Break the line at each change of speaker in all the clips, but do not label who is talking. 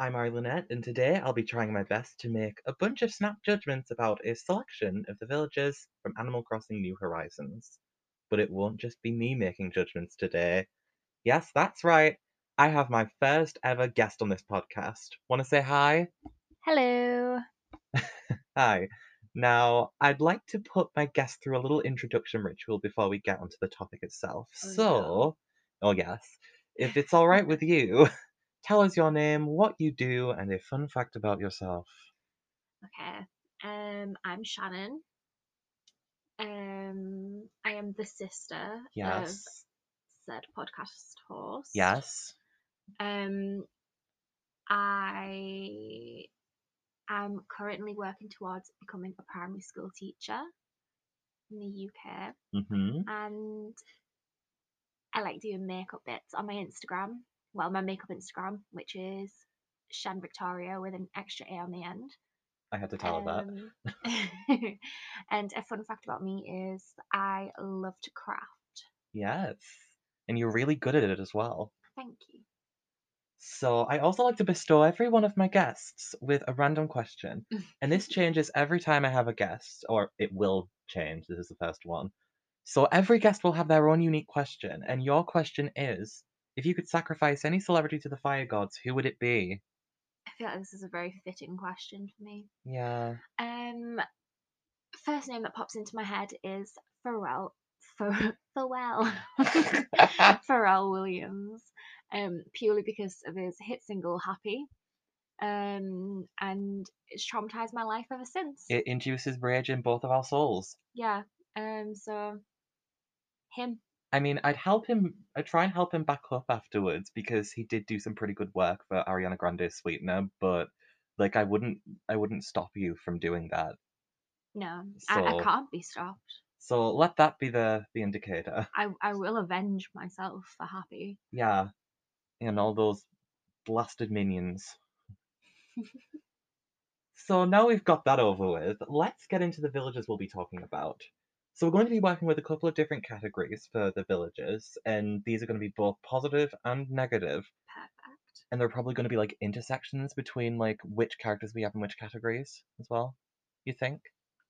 I'm Ari Lynette, and today I'll be trying my best to make a bunch of snap judgments about a selection of the villages from Animal Crossing New Horizons. But it won't just be me making judgments today. Yes, that's right. I have my first ever guest on this podcast. Want to say hi?
Hello.
Hi. Now, I'd like to put my guest through a little introduction ritual before we get onto the topic itself.
Oh, no.
so, oh yes, if it's all right with you, tell us your name, what you do, and a fun fact about yourself.
Okay. Um, I'm Shannon. Um, I am the sister of
Yes.
said podcast host.
Yes.
Um, I am currently working towards becoming a primary school teacher in the UK,
Mhm.
and I like doing makeup bits on my Instagram. Well, my makeup Instagram, which is Shan Victoria with an extra A on the end.
I had to tell her that.
Um, and a fun fact about me is I love to craft.
Yes. And you're really good at it as well.
Thank you.
So, I also like to bestow every one of my guests with a random question. And this changes every time I have a guest, or it will change. This is the first one. So, every guest will have their own unique question. And your question is if you could sacrifice any celebrity to the fire gods, who would it be?
I feel like this is a very fitting question for me.
Yeah.
Um, first name that pops into my head is Pharrell. Phar- Pharrell. Pharrell Williams. Um, purely because of his hit single "Happy," um, and it's traumatized my life ever since.
it induces rage in both of our souls.
Yeah. Um. So, him.
I mean, I'd help him. I'd try and help him back up afterwards because he did do some pretty good work for Ariana Grande's Sweetener. But like, I wouldn't. I wouldn't stop you from doing that.
No, I, I
So-
can't be stopped.
So let that be the the indicator.
I, I will avenge myself for Happy.
Yeah, and all those blasted minions. so now we've got that over with. Let's get into the villages we'll be talking about. So we're going to be working with a couple of different categories for the villages, and these are going to be both positive and negative.
Perfect.
and there are probably going to be like intersections between like which characters we have in which categories as well. You think?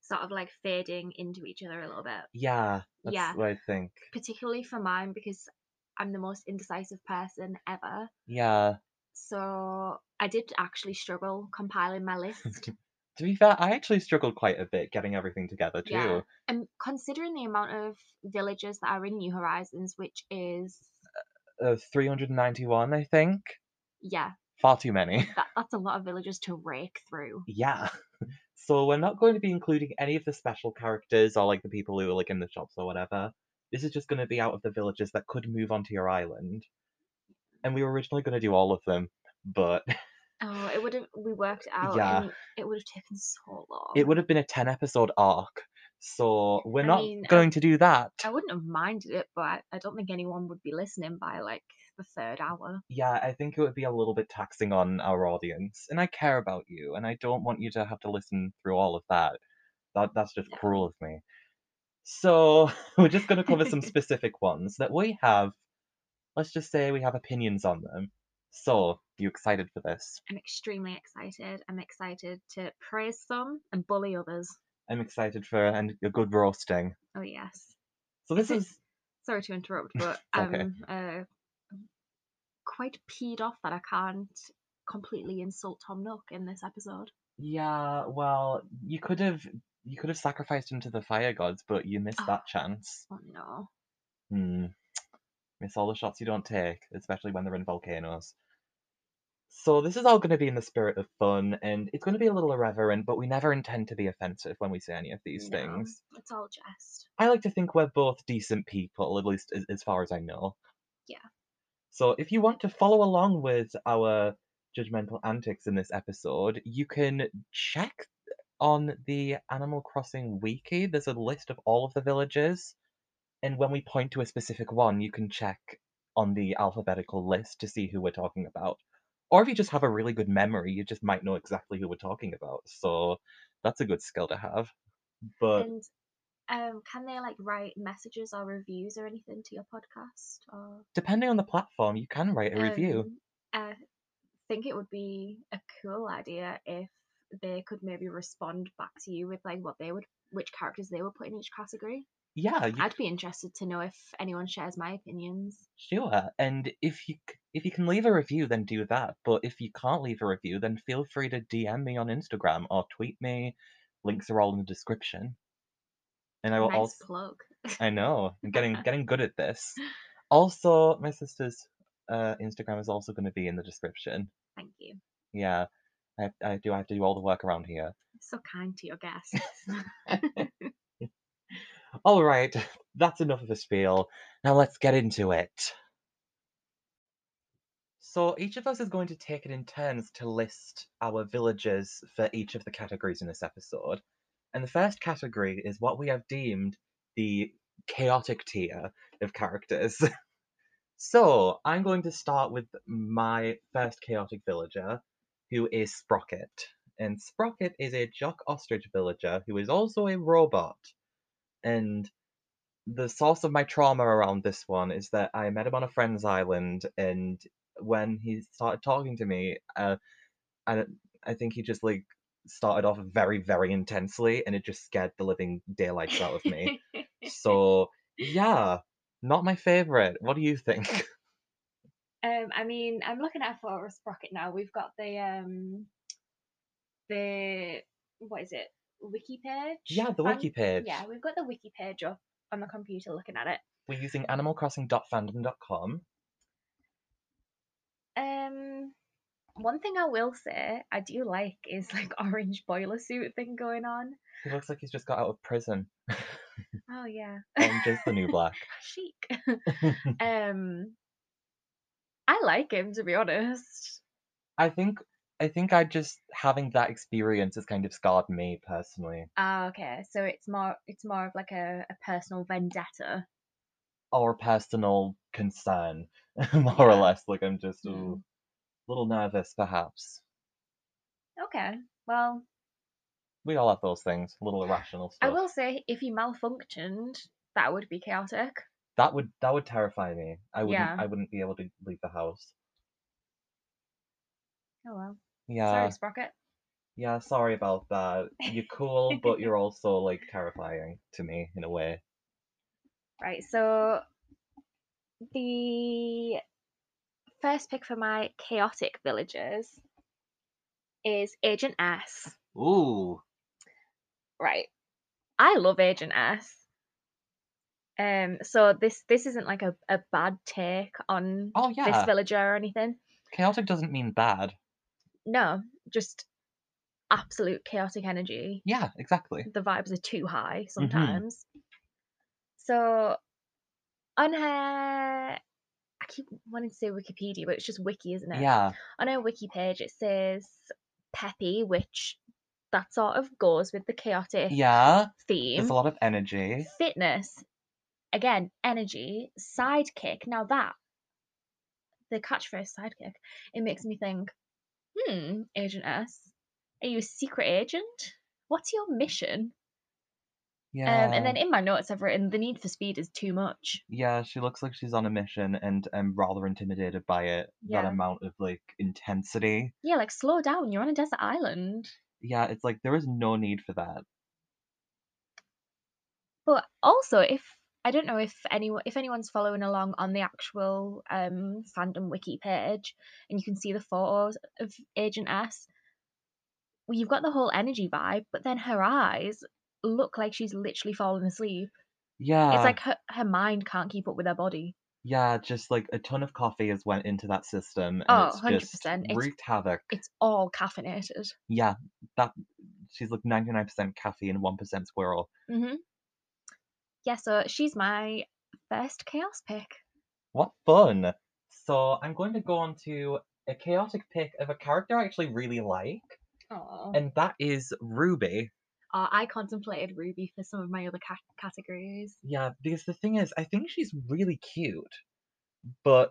Sort of like fading into each other a little bit,
Yeah, that's
Yeah.
what I think.
particularly for mine because I'm the most indecisive person ever.
Yeah.
So I did actually struggle compiling my list.
To be fair, I actually struggled quite a bit getting everything together too.
Yeah. and considering the amount of villages that are in New Horizons, which is
Uh, 391, I think.
yeah,
Far too many.
that, that's a lot of villages to rake through.
yeah. So we're not going to be including any of the special characters or like the people who are like in the shops or whatever. This is just going to be out of the villages that could move onto your island. And we were originally going to do all of them, but
Oh, it would have we worked it out.
Yeah.
and it would have taken so long.
it would have been a 10 episode arc so we're
I
not
mean, I-
going to do that
I wouldn't have minded it, but I, I don't think anyone would be listening by like the third hour.
yeah i think it would be a little bit taxing on our audience and i care about you and i don't want you to have to listen through all of that that that's just
No.
cruel of me so we're just going to cover some specific ones that we have let's just say we have opinions on them so you excited for this
I'm extremely excited. I'm excited to praise some and bully others.
i'm excited for and a good roasting
Oh yes.
so this is
Sorry to interrupt, but I'm
okay.
uh, quite peed off that I can't completely insult Tom Nook in this episode.
Yeah, well, you could have you could have sacrificed him to the fire gods, but you missed
Ah.
that chance.
Oh no.
Hmm. Miss all the shots you don't take, especially when they're in volcanoes. So this is all going to be in the spirit of fun, and it's going to be a little irreverent, but we never intend to be offensive when we say any of these
no.
things.
It's all jest.
I like to think we're both decent people, at least as, as far as I know.
Yeah.
So if you want to follow along with our judgmental antics in this episode, you can check on the Animal Crossing wiki. There's a list of all of the villages, and when we point to a specific one, you can check on the alphabetical list to see who we're talking about. Or if you just have a really good memory, you just might know exactly who we're talking about. So that's a good skill to have. But
and um, can they like write messages or reviews or anything to your podcast or
depending on the platform, you can write a review.
Um, uh, think it would be a cool idea if they could maybe respond back to you with like what they would, which characters they would put in each category.
Yeah, you
I'd be interested to know if anyone shares my opinions.
Sure. And if you c- if you can leave a review, then do that. But if you can't leave a review, then feel free to DM me on Instagram or tweet me. Links are all in the description. And I will
nice
also
plug.
I know. I'm getting getting good at this. Also, my sister's uh, Instagram is also going to be in the description.
Thank you.
Yeah, I, I do. I have to do all the work around here.
So kind to your guests.
All right, that's enough of a spiel. Now let's get into it. So each of us is going to take it in turns to list our villages for each of the categories in this episode. And the first category is what we have deemed the chaotic tier of characters. so I'm going to start with my first chaotic villager, who is Sprocket. And Sprocket is a jock ostrich villager who is also a robot. And the source of my trauma around this one is that I met him on a friend's island, and when he started talking to me, uh, I don't- I think he just like started off very very intensely, and it just scared the living daylights out of me. so yeah, not my favorite. What do you think?
Um, I mean, I'm looking at a photo of Sprocket now. We've got the um, the what is it? Wiki page.
yeah, the
Fan-
wiki page.
Yeah, we've got the wiki page up on the computer looking at it.
We're using animalcrossing.fandom.com.
Um, one thing I will say I do like is like orange boiler suit thing going on.
He looks like he's just got out of prison.
Oh yeah,
Orange is the new black.
chic. um, I like him to be honest.
I think I think I just having that experience has kind of scarred me personally.
Ah, okay. So it's more it's more of like a, a personal vendetta.
Or personal concern, more or
Yeah.
less. Like I'm just
Mm.
ooh, a little nervous, perhaps.
Okay. Well,
We all have those things, a little irrational
I
stuff.
will say if he malfunctioned, that would be chaotic.
That would that would terrify me. I wouldn't
Yeah.
I wouldn't be able to leave the house.
Oh well.
Yeah.
Sorry, Sprocket.
Yeah, sorry about that. You're cool, but you're also like terrifying to me in a way.
Right, so the first pick for my chaotic villagers is Agent S.
Ooh.
Right. I love Agent S. Um, so this this isn't like a, a bad take on
Oh
this
yeah.
villager or anything.
Chaotic doesn't mean bad.
No, just absolute chaotic energy.
Yeah, exactly.
the vibes are too high
Mm-hmm.
sometimes. So on her I keep wanting to say Wikipedia, but it's just wiki, isn't it?
Yeah.
On her wiki page it says peppy, which that sort of goes with the chaotic
Yeah.
theme.
There's a lot of energy.
Fitness. Again, energy, sidekick. Now that the catchphrase sidekick, it makes me think, hmm, Agent S, are you a secret agent? What's your mission?
Yeah.
Um, and then in my notes, I've written the need for speed is too much.
yeah, she looks like she's on a mission and I'm rather intimidated by it.
Yeah.
That amount of like intensity.
Yeah, like slow down. You're on a desert island.
Yeah, it's like there is no need for that.
But also, if I don't know if anyone if anyone's following along on the actual um, fandom wiki page, and you can see the photos of Agent S. Well, you've got the whole energy vibe, but then her eyes look like she's literally fallen asleep.
Yeah.
it's like her, her mind can't keep up with her body.
yeah, just like a ton of coffee has went into that system and
Oh,
it's just
100%, it's-
wreaked havoc.
It's all caffeinated.
Yeah, that she's like ninety nine percent caffeine, one percent squirrel.
hmm Yeah, so she's my first chaos pick.
What fun! So I'm going to go on to a chaotic pick of a character I actually really like,
Oh.
and that is Ruby.
I contemplated Ruby for some of my other cat- categories.
Yeah, because the thing is, I think she's really cute, but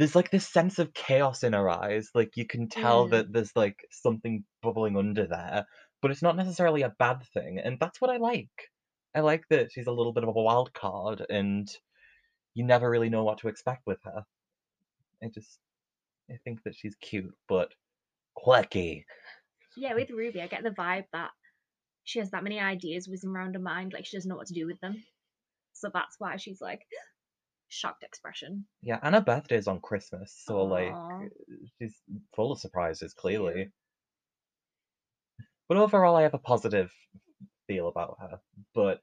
there's like this sense of chaos in her eyes. Like you can tell
Mm.
that there's like something bubbling under there, but it's not necessarily a bad thing, and that's what I like. I like that she's a little bit of a wild card, and you never really know what to expect with her. I just I think that she's cute, but quirky.
Yeah, with Ruby, I get the vibe that she has that many ideas whizzing around her mind, like she doesn't know what to do with them. So that's why she's like shocked expression.
Yeah, and her birthday's on Christmas, so
Aw.
like she's full of surprises, clearly. But overall, I have a positive feel about her, but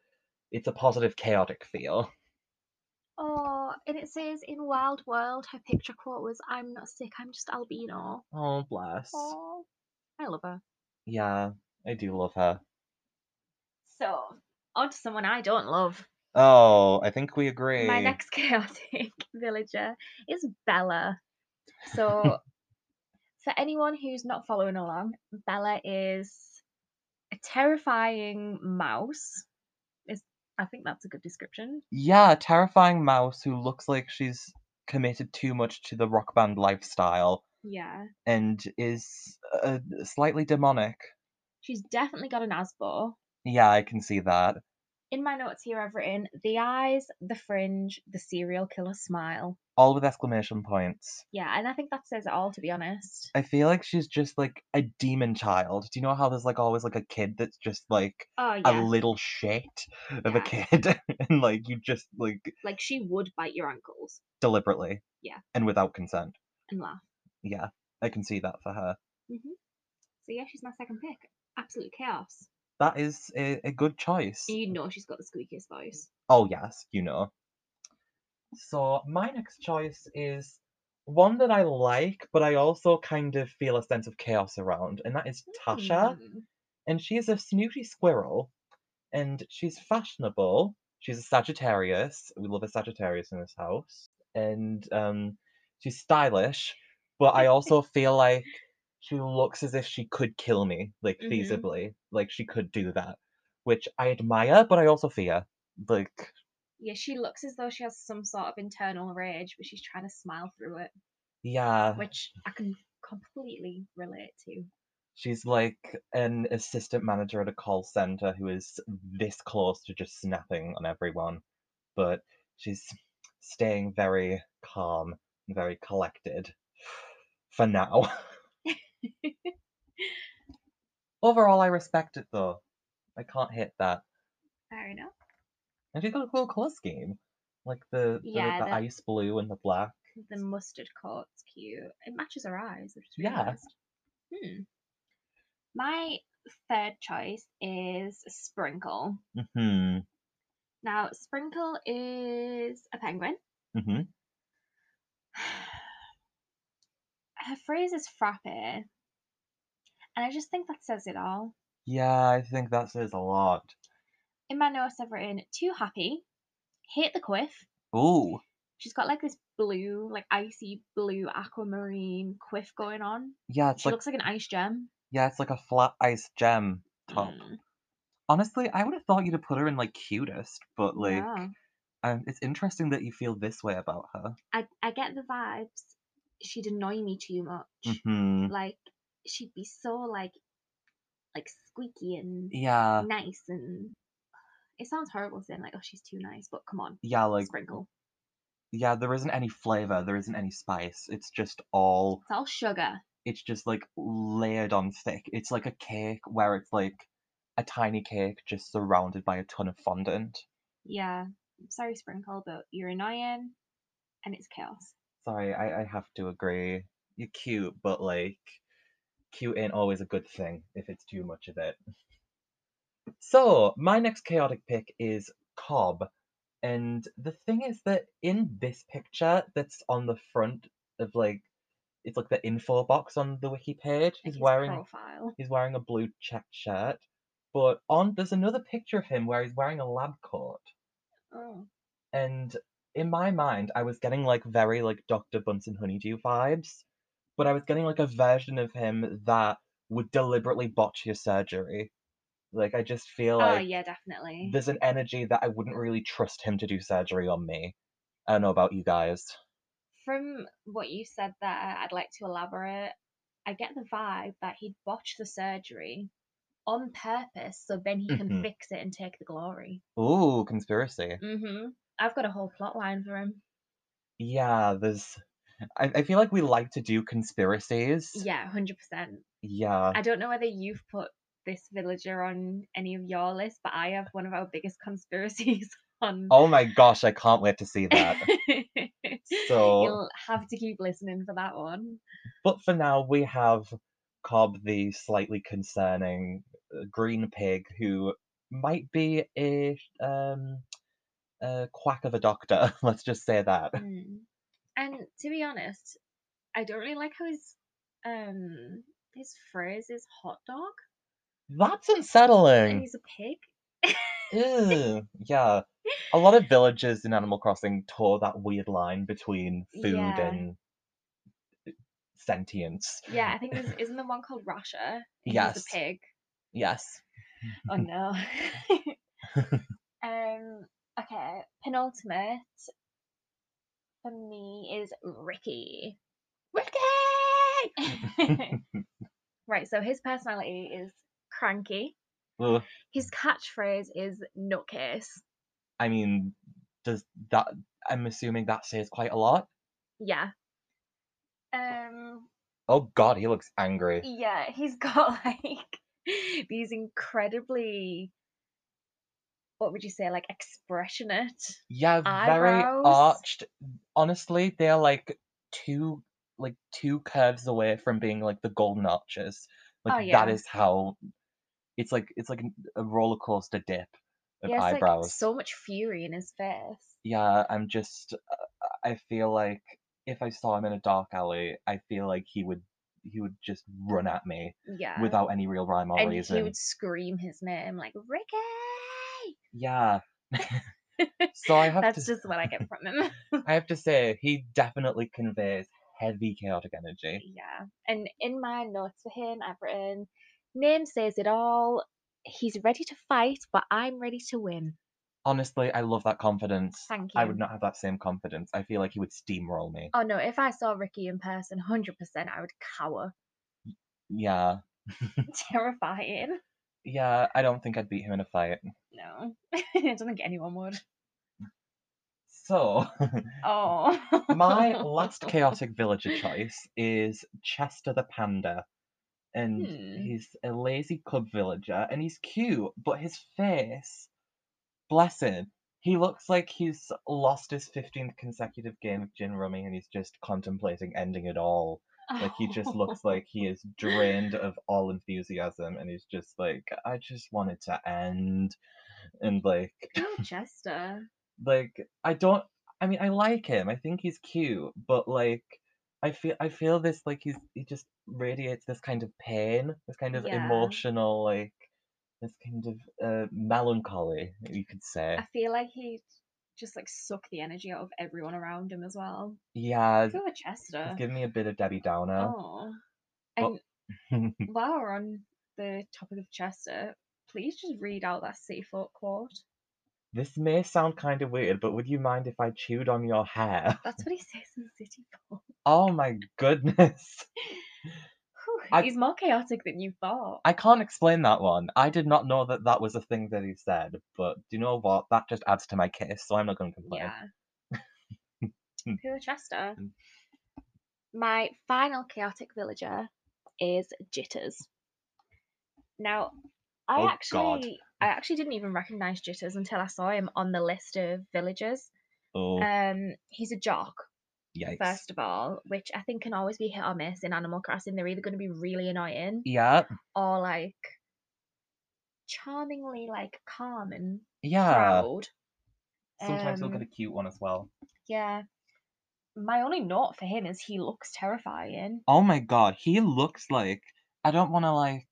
it's a positive, chaotic feel.
Oh, and it says in Wild World, her picture quote was, "I'm not sick, I'm just albino."
Oh, bless.
Oh, I love her.
Yeah, I do love her.
So on to someone I don't love.
Oh, I think we agree.
My next chaotic villager is Bella. So, for anyone who's not following along, Bella is a terrifying mouse. Is I think that's a good description.
Yeah, a terrifying mouse who looks like she's committed too much to the rock band lifestyle
Yeah,
and is uh, slightly demonic.
she's definitely got an Asbo.
Yeah, I can see that.
In my notes here, I've written the eyes, the fringe, the serial killer smile.
All with exclamation points.
Yeah, and I think that says it all, to be honest.
I feel like she's just like a demon child. Do you know how there's like always like a kid that's just like
Oh yeah,
a little shit of a
Yeah.
kid and like you just like
like she would bite your ankles
deliberately.
Yeah.
And without consent.
and laugh.
Yeah. I can see that for her.
So yeah, she's my second pick. Absolute chaos.
That is a, a good choice.
And you know she's got the squeakiest voice.
Oh, yes, you know. So, my next choice is one that I like, but I also kind of feel a sense of chaos around, and that is Tasha.
Mm.
And she is a snooty squirrel, and she's fashionable. She's a Sagittarius. We love a Sagittarius in this house. And um, she's stylish, but I also feel like she looks as if she could kill me, like
Mhm.
feasibly. Like she could do that, which I admire, but I also fear. Like,
Yeah, she looks as though she has some sort of internal rage, but she's trying to smile through it,
Yeah,
which I can completely relate to.
she's like an assistant manager at a call center who is this close to just snapping on everyone, but she's staying very calm and very collected for now. Overall, I respect it though. I can't hit that.
Fair enough.
And she's got a cool color scheme, like the the,
Yeah,
the
the-
ice blue and the black.
The mustard coat's cute. It matches her eyes, which is really
Yeah.
nice. Hmm. My third choice is Sprinkle.
Hmm.
Now, Sprinkle is a penguin.
Hmm.
Her phrase is frappe, and I just think that says it all.
Yeah, I think that says a lot.
In my notes, I've written too happy, hate the quiff.
Ooh.
She's got like this blue, like icy blue aquamarine quiff going on.
Yeah, it's
She
like
looks like an ice gem.
Yeah, it's like a flat ice gem top.
Mm,
Honestly, I would have thought you'd have put her in like cutest, but like,
yeah.
um, it's interesting that you feel this way about her.
I, I get the vibes. She'd annoy me too much.
hmm
Like she'd be so like, like squeaky and
Yeah,
nice and. It sounds horrible saying like, oh, she's too nice, but come on,
yeah, like,
sprinkle.
yeah. There isn't any flavor. There isn't any spice. It's just all.
It's all sugar.
It's just like layered on thick. It's like a cake where it's like a tiny cake just surrounded by a ton of fondant.
Yeah. I'm Sorry, Sprinkle, but you're annoying and it's chaos.
Sorry, I, I have to agree. You're cute, but like, cute ain't always a good thing if it's too much of it. So, my next chaotic pick is Cobb. And the thing is that in this picture that's on the front of like, it's like the info box on the wiki page,
Like
he's
his
wearing
profile.
he's wearing a blue check shirt. But on there's another picture of him where he's wearing a lab coat
Oh.
and in my mind i was getting like very like dr bunsen honeydew vibes but i was getting like a version of him that would deliberately botch your surgery like i just feel
oh
like
yeah, definitely.
there's an energy that i wouldn't really trust him to do surgery on me i don't know about you guys
From what you said there, I'd like to elaborate. I get the vibe that he'd botch the surgery on purpose so then he can
Mhm.
fix it and take the glory.
ooh conspiracy
Mm-hmm. I've got a whole plot line for him.
yeah there's I, I feel like we like to do conspiracies.
Yeah, hundred percent.
Yeah.
I don't know whether you've put this villager on any of your lists, but I have one of our biggest conspiracies on.
Oh my gosh, I can't wait to see that. So-
you'll have to keep listening for that one.
but for now, we have Cobb, the slightly concerning uh, green pig, who might be a um a quack of a doctor. Let's just say that.
Mm. And to be honest, I don't really like how his um his phrase is hot dog.
That's
And
unsettling.
he's a pig.
Ew. Yeah. A lot of villagers in Animal Crossing tore that weird line between food
Yeah.
and uh, sentience.
Yeah, I think there's isn't the one called Russia.
Yes.
He's a pig.
Yes.
Oh no. um okay, penultimate for me is Ricky. Ricky Right, so his personality is cranky.
Ugh.
His catchphrase is nutcase.
I mean, does that? I'm assuming that says quite a lot.
Yeah. Um
Oh God, he looks angry.
yeah, he's got like these incredibly what would you say, like expressionate
Yeah, very
Eyebrows.
arched. Honestly, they're like two, like two curves away from being like the golden arches. Like that
Oh, yeah.
is how. It's like it's like an- a roller coaster dip of
He has,
eyebrows.
Like, so much fury in his face.
yeah, I'm just. uh, I feel like if I saw him in a dark alley, I feel like he would he would just run at me
Yeah.
without any real rhyme or
and
reason.
he would scream his name like Ricky.
Yeah. so I have
That's
to
just what I get from him.
I have to say he definitely conveys heavy chaotic energy.
yeah. And in my notes for him, I've written name says it all. He's ready to fight, but I'm ready to win.
Honestly, I love that confidence.
Thank you.
I would not have that same confidence. I feel like he would steamroll me.
Oh no! If I saw Ricky in person, hundred percent, I would cower.
Yeah.
Terrifying.
Yeah, I don't think I'd beat him in a fight.
No, I don't think anyone would.
So,
Oh.
my last chaotic villager choice is Chester the Panda. And
Hmm.
he's a lazy cub villager and he's cute, but his face, bless him, he looks like he's lost his 15th consecutive game of gin rummy and he's just contemplating ending it all. Like he just looks like he is drained of all enthusiasm and he's just like, I just wanted to end. And like,
Poor Chester.
like I don't. I mean, I like him. I think he's cute, but like, I feel I feel this like he's he just radiates this kind of pain, this kind of
Yeah.
emotional like. This kind of uh, melancholy, you could say.
I feel like he just like suck the energy out of everyone around him as well.
Yeah,
Poor
it's
Chester.
giving me a bit of Debbie Downer.
Oh.
Well-
And while we're on the topic of Chester, please just read out that City Folk quote.
this may sound kind of weird, but would you mind if I chewed on your hair?
That's what he says in City Folk.
Oh my goodness.
Whew,
I-
He's more chaotic than you thought.
I can't explain that one. I did not know that that was a thing that he said, but do you know what? That just adds to my case, so I'm not going to complain.
yeah.
Hmm.
Poor Chester.
Mm.
My final chaotic villager is Jitters. Now, I
Oh, God.
actually I actually didn't even recognize Jitters until I saw him on the list of villagers.
Oh,
Um, he's a jock,
yikes.
first of all, which I think can always be hit or miss in Animal Crossing. They're either going to be really annoying
Yeah,
or like charmingly like calm and
yeah.
proud.
Sometimes he'll get
um,
a cute one as well.
Yeah. My only note for him is he looks terrifying.
Oh my god, he looks like. I don't want to, like,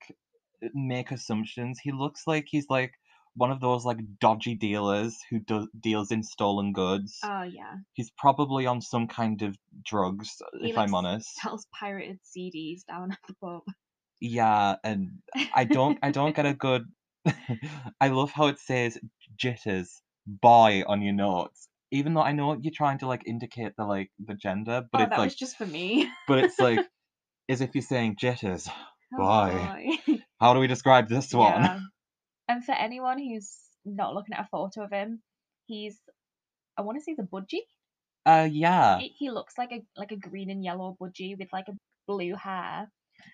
make assumptions. He looks like he's, like, one of those, like, dodgy dealers who do- deals in stolen goods.
Oh yeah.
he's probably on some kind of drugs,
He
if I'm
looks-
honest.
Sells pirated CDs down at the pub.
Yeah, and I don't I don't get a good I love how it says jitters boy on your notes. Even though I know you're trying to like indicate the like the gender, but
oh,
it's
that
like
was just for me.
but it's like as if you're saying jitters. Why?
Oh, boy.
How do we describe this one?
Yeah. And for anyone who's not looking at a photo of him, he's I want to say the budgie.
Uh, yeah.
He- he looks like a like a green and yellow budgie with like a blue hair.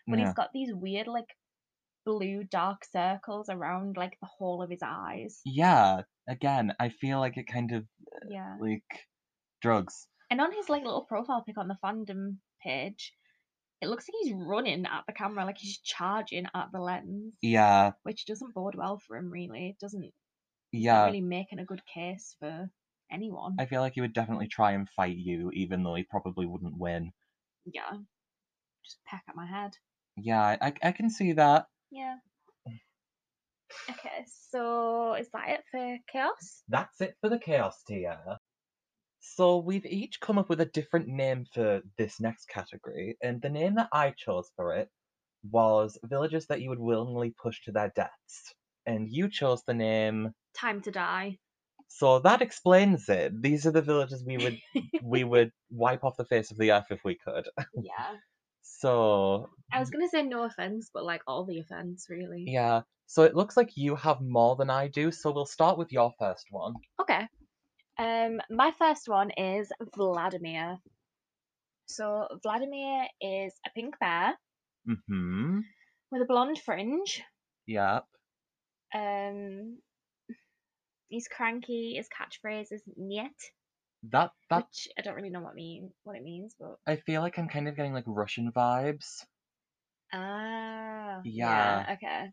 but
yeah.
he's got these weird like blue dark circles around like the whole of his eyes
Yeah. Again, I feel like it kind of
yeah
like drugs.
and on his like little profile pic on the fandom page it looks like he's running at the camera like he's charging at the lens
Yeah.
which doesn't bode well for him really it doesn't yeah.
Yeah.
really making a good case for anyone
I feel like he would definitely try and fight you, even though he probably wouldn't win.
yeah just peck at my head
Yeah, I- I, I can see that.
yeah Mm. okay so is that it for chaos
That's it for the chaos tier. So we've each come up with a different name for this next category, and the name that I chose for it was villages that you would willingly push to their deaths. And you chose the name,
time to die
so that explains it. These are the villages we would we would wipe off the face of the earth if we could.
yeah
So
I was gonna say no offense, but like all the offense, really.
yeah, so it looks like you have more than I do. So we'll start with your first one.
Okay. Um, my first one is Vladimir. So Vladimir is a pink bear
Hmm.
with a blonde fringe.
Yeah.
Um, he's cranky. His catchphrase is "niet,"
That that
which I don't really know what mean what it means, but
I feel like I'm kind of getting like Russian vibes.
ah,
Yeah.
okay.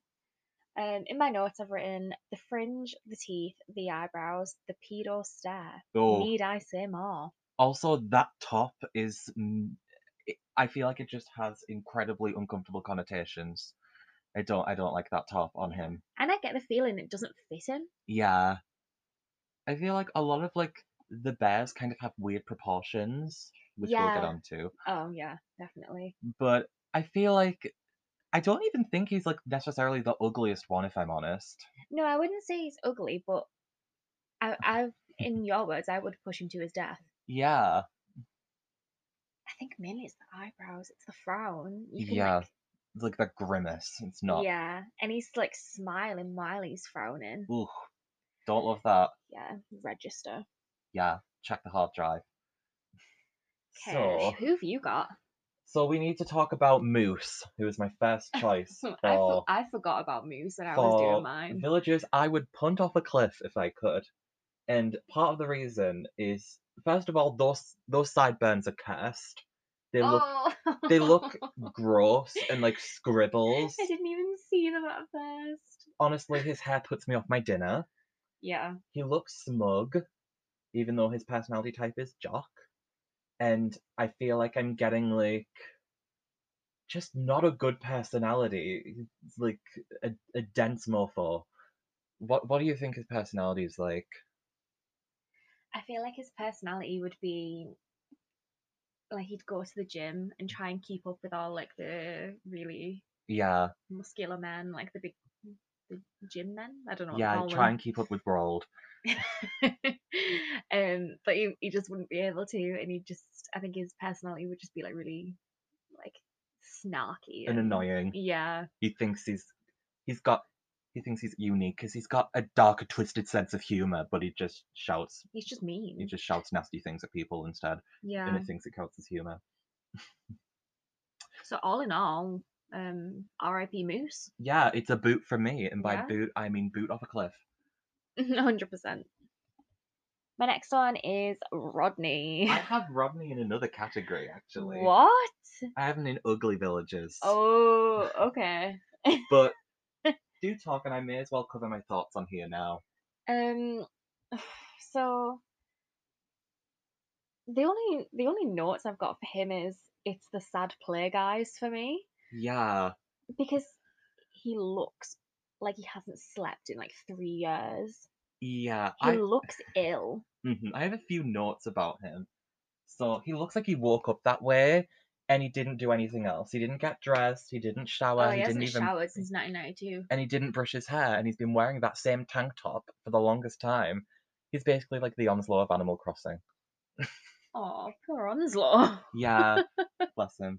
Um, in my notes, I've written the fringe, the teeth, the eyebrows, the pedo stare.
Oh.
Need I say more?
Also, that top is. mm, it- I feel like it just has incredibly uncomfortable connotations. I don't. I don't like that top on him.
and I get the feeling it doesn't fit him.
Yeah. I feel like a lot of like the bears kind of have weird proportions, which we'll get
Yeah.
onto.
Oh yeah, definitely.
But I feel like I don't even think he's like necessarily the ugliest one, if I'm honest.
No, I wouldn't say he's ugly, but I, I, in your words, I would push him to his death.
Yeah.
I think mainly it's the eyebrows, it's the frown. You can,
Yeah.
like-
It's like that grimace. It's not.
yeah, and he's like smiling while he's frowning.
Ooh. Don't love that.
Yeah, register.
yeah, check the hard drive.
Okay,
So,
who've you got?
so we need to talk about Moose, who is my first choice
I,
for
for, I forgot about Moose when I was
for
doing mine.
villagers. I would punt off a cliff if I could, and part of the reason is first of all those those sideburns are cursed. They look
oh,
they look gross and like scribbles.
I didn't even see them at first.
Honestly, his hair puts me off my dinner.
Yeah,
He looks smug, even though his personality type is jock. And I feel like I'm getting like just not a good personality. It's like a, a dense mofo. What what do you think his personality is like?
I feel like his personality would be like he'd go to the gym and try and keep up with all like the really
Yeah,
muscular men, like the big the gym men. I don't know. What to
yeah.
call
Try
them.
and keep up with Brold.
um, but he he just wouldn't be able to, and he just I think his personality would just be like really like snarky
And annoying.
Yeah,
He thinks he's he's got he thinks he's unique because he's got a dark, twisted sense of humor, but he just shouts
he's just mean.
he just shouts nasty things at people instead,
Mm. yeah.
and he thinks it counts as humor.
So all in all, um, R.I.P. Moose,
Yeah, it's a boot for me, and by
Yeah.
boot I mean boot off a cliff.
hundred percent. My next one is Rodney.
I have Rodney in another category actually.
What?
I have him in ugly villages.
Oh, okay.
But do talk, and I may as well cover my thoughts on here now.
Um, so the only the only notes I've got for him is it's the sad play guys for me
Yeah,
because he looks like he hasn't slept in like three years.
yeah.
He
I
looks ill.
mhm, I have a few notes about him. So he looks like he woke up that way, and he didn't do anything else. He didn't get dressed. He didn't shower.
oh, he,
he
hasn't
didn't even.
showered since 1992.
and he didn't brush his hair, and he's been wearing that same tank top for the longest time. He's basically like the Onslow of Animal Crossing.
Oh, poor Onslow.
Yeah, bless him.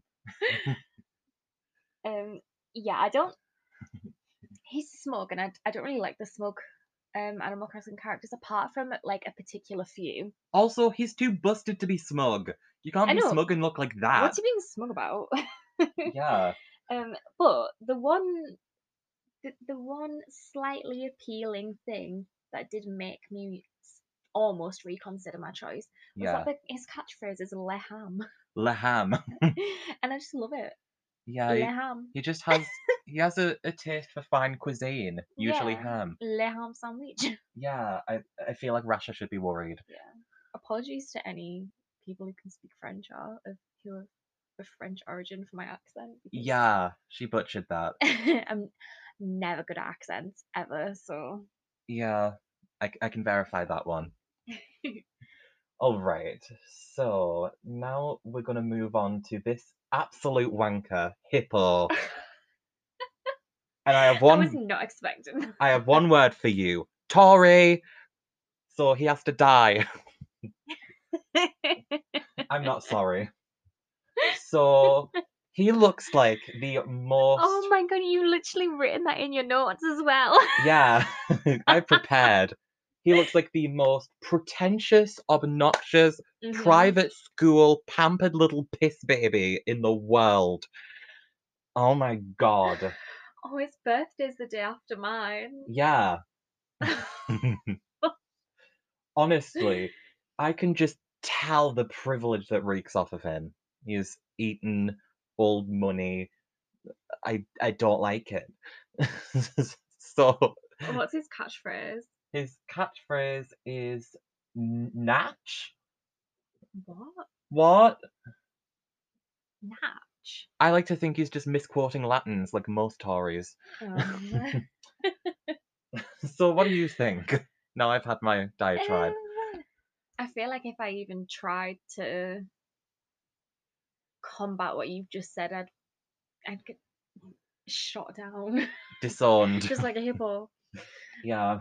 Um, yeah, I don't. He's smug, and I, I don't really like the smug um Animal Crossing characters apart from like a particular few.
Also, he's too busted to be smug. You can't
I
be
know.
smug and look like that.
What's he being smug about?
Yeah.
Um, but the one, the, the one slightly appealing thing that did make me s- almost reconsider my choice was
Yeah.
that the, his catchphrase is "le ham,"
Laham.
and I just love it.
Yeah.
Le
he-
ham,
He just has he has a, a taste for fine cuisine, usually
Yeah.
ham.
le ham sandwich.
Yeah, I, I feel like Russia should be worried.
Apologies to any people who can speak French or of who are of French origin for my accent. because
Yeah, she butchered that.
I'm never good at accents ever. So
Yeah, I, c- I can verify that one. All right, so now we're gonna move on to this absolute wanker, Hippo. and I have
I was
one.
not expecting. that.
I have one word for you, Tory. So he has to die. I'm not sorry. So he looks like the most.
Oh my god, you literally written that in your notes as well.
Yeah, I prepared. He looks like the most pretentious, obnoxious,
Mhm.
private school, pampered little piss baby in the world. Oh my god.
Oh, his birthday's the day after mine.
Yeah. Honestly, I can just tell the privilege that reeks off of him. He's eaten old money. I I don't like it. so
What's his catchphrase?
his catchphrase is "N- natch.
What?
What?
Natch.
I like to think he's just misquoting Latins like most Tories.
Um,
So what do you think? Now I've had my diatribe.
um, I feel like if I even tried to combat what you've just said, I'd I'd get shot down.
Disowned.
Just like a hippo.
Yeah.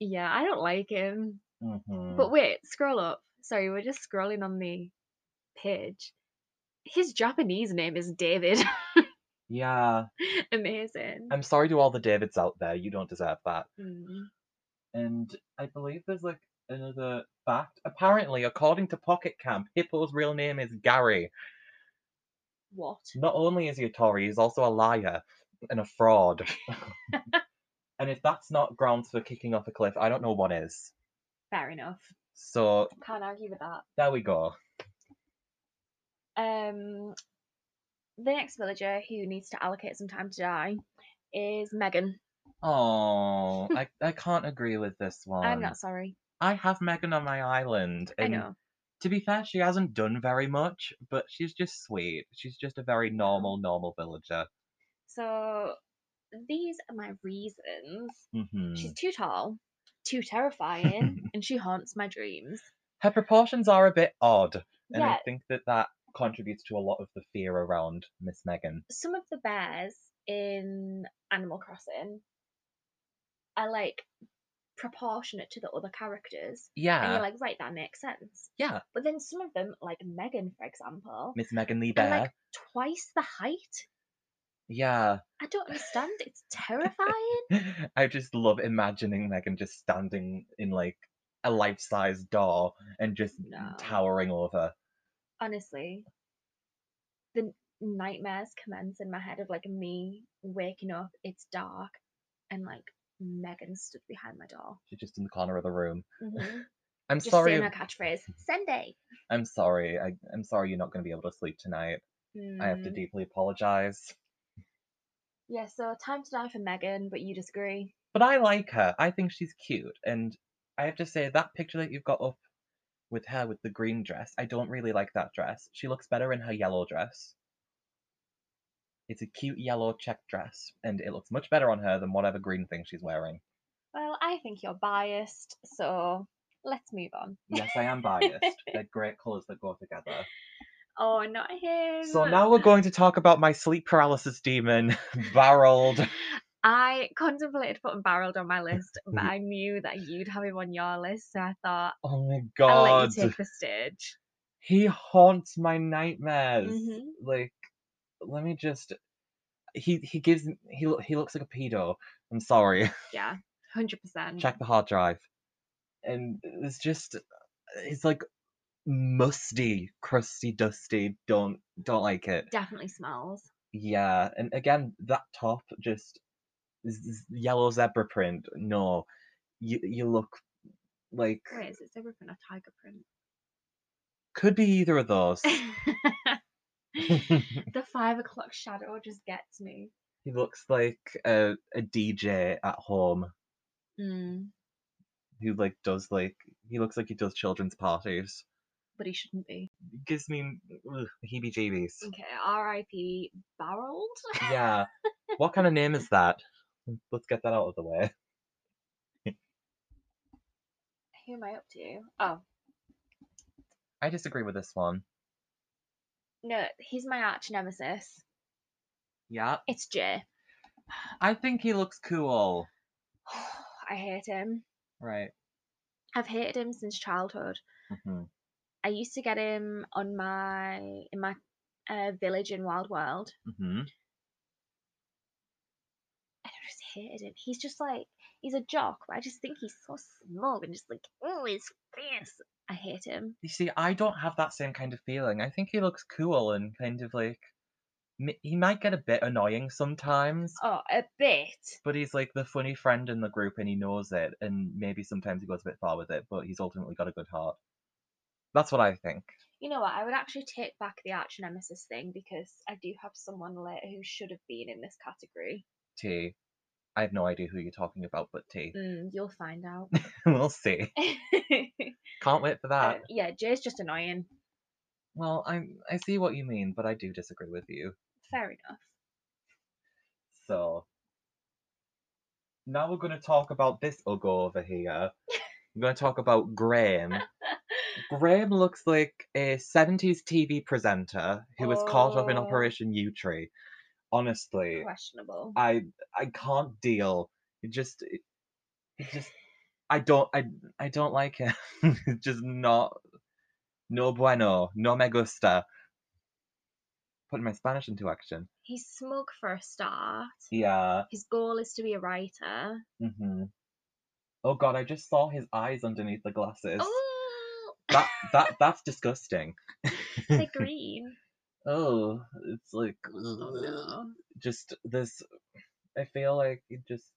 yeah, I don't like him.
mhm.
But wait, scroll up. Sorry, we're just scrolling on the page. His Japanese name is David.
Yeah.
Amazing.
I'm sorry to all the Davids out there. You don't deserve that.
Mm.
And I believe there's like another fact. Apparently, according to Pocket Camp, Hippo's real name is Gary.
What?
Not only is he a Tory, he's also a liar and a fraud. and if that's not grounds for kicking off a cliff, I don't know what is.
Fair enough.
So
Can't argue with that.
there we go.
Um, the next villager who needs to allocate some time to die is Megan.
Oh, I, I can't agree with this one.
I'm not sorry.
I have Megan on my island.
I
and
know.
To be fair, she hasn't done very much, but she's just sweet. She's just a very normal, normal villager.
So these are my reasons.
hmm
She's too tall, too terrifying, and she haunts my dreams.
Her proportions are a bit odd, and
yeah,
I think that that contributes to a lot of the fear around Miss Megan.
some of the bears in Animal Crossing are like proportionate to the other characters. And
Yeah,
you're like, right, that makes sense.
Yeah.
But then some of them, like Megan, for example,
Miss Megan the
are
bear.
like twice the height.
Yeah,
I don't understand. It's terrifying.
I just love imagining Megan just standing in like a life-size door and just
No.
towering over.
Honestly, the n- nightmares commence in my head of like me waking up, it's dark, and like Megan stood behind my door.
She's just in the corner of the room.
hmm
I'm
Just
Mm-hmm. sorry.
saying her catchphrase, Sunday.
I'm sorry. I, I'm sorry you're not going to be able to sleep tonight. I have to
Mm.
deeply apologize.
Yeah, so time to die for Megan, but you disagree.
But I like her. I think she's cute. And I have to say, that picture that you've got up with her with the green dress, I don't really like that dress. She looks better in her yellow dress. It's a cute yellow check dress, and it looks much better on her than whatever green thing she's wearing.
Well, I think you're biased, so let's move on.
Yes, I am biased. They're great colours that go together.
Oh, not him.
So now we're going to talk about my sleep paralysis demon, Barreled.
I contemplated putting Barreled on my list, but I knew that you'd have him on your list, so I thought
Oh my
I'll
god.
let you take the stage.
he haunts my nightmares.
Mhm.
Like, let me just. he he gives he loo- he looks like a pedo. I'm sorry.
Yeah, hundred percent.
Check the hard drive. And it's just it's like musty, crusty, dusty. Don't don't like it.
Definitely smells.
Yeah, and again that top just z- z- yellow zebra print. No, you you look like
Wait, is it zebra print or tiger print?
could be either of those. he
the five o'clock shadow just gets me.
looks like a, a DJ at home
Mm,
who like does like he looks like he does children's parties.
but he shouldn't be.
Gives me ugh, heebie-jeebies.
Okay, R.I.P. Barreled.
yeah. What kind of name is that? Let's get that out of the way.
Who am I up to? Oh
I disagree with this one.
no, he's my arch nemesis.
Yeah.
It's Jay.
I think he looks cool.
I hate him.
Right.
I've hated him since childhood.
hmm
I used to get him on my in my uh, village in Wild World.
hmm
I just hated him. He's just like he's a jock, but I just think he's so smug and just like oh his face. I hate him.
You see, I don't have that same kind of feeling. I think he looks cool and kind of like. m- He might get a bit annoying sometimes,
Oh, a bit.
but he's like the funny friend in the group and he knows it, and maybe sometimes he goes a bit far with it, but he's ultimately got a good heart. That's what I think.
You know what? I would actually take back the arch nemesis thing because I do have someone later who should have been in this category.
T. I have no idea who you're talking about, but T.
Mm, you'll find out.
we'll see. Can't wait for that.
Um, yeah, Jay's just annoying.
Well, I I see what you mean, but I do disagree with you.
Fair enough.
So now we're going to talk about this Ugo over here. We're going to talk about Graham. Graham looks like a 70s TV presenter who was caught up in
Oh.
Operation U Tree. Honestly,
Questionable.
I I can't deal. It just it, it just I don't I I don't like him. It's just not no bueno, no me gusta. Putting my Spanish into action.
He's smug for a start.
Yeah.
His goal is to be a writer.
hmm Oh god, I just saw his eyes underneath the glasses.
Oh,
That that that's disgusting.
they're green.
Oh, it's like
Oh, no.
just this. I feel like it just.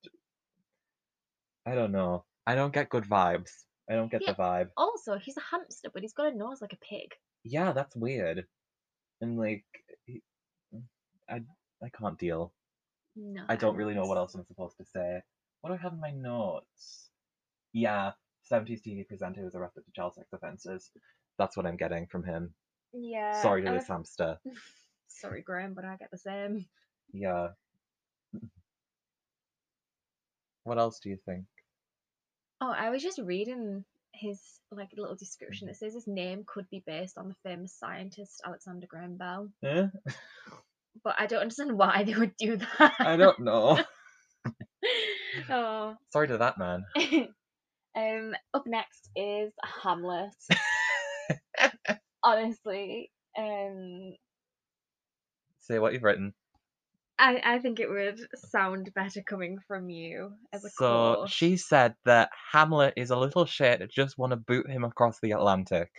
I don't know. I don't get good vibes. I don't get
Yeah.
the vibe.
Also, he's a hamster, but he's got a nose like a pig.
Yeah, that's weird. And like, he- I I can't deal.
No.
I don't really know what
thanks.
else I'm supposed to say. What do I have in my notes? Yeah, 70s TV presenter was arrested for child sex offences. That's what I'm getting from him.
Yeah.
Sorry to
and
this hamster.
I- Sorry, Graham, but I get the same.
Yeah. What else do you think?
Oh, I was just reading his like little description. It says his name could be based on the famous scientist Alexander Graham Bell,
Eh?
but I don't understand why they would do that.
I don't know.
oh.
Sorry to that man.
um. Up next is Hamlet. Honestly, um,
Say what you've written.
I I think it would sound better coming from you as a
so
quote.
she said that Hamlet is a little shit that just want to boot him across the Atlantic.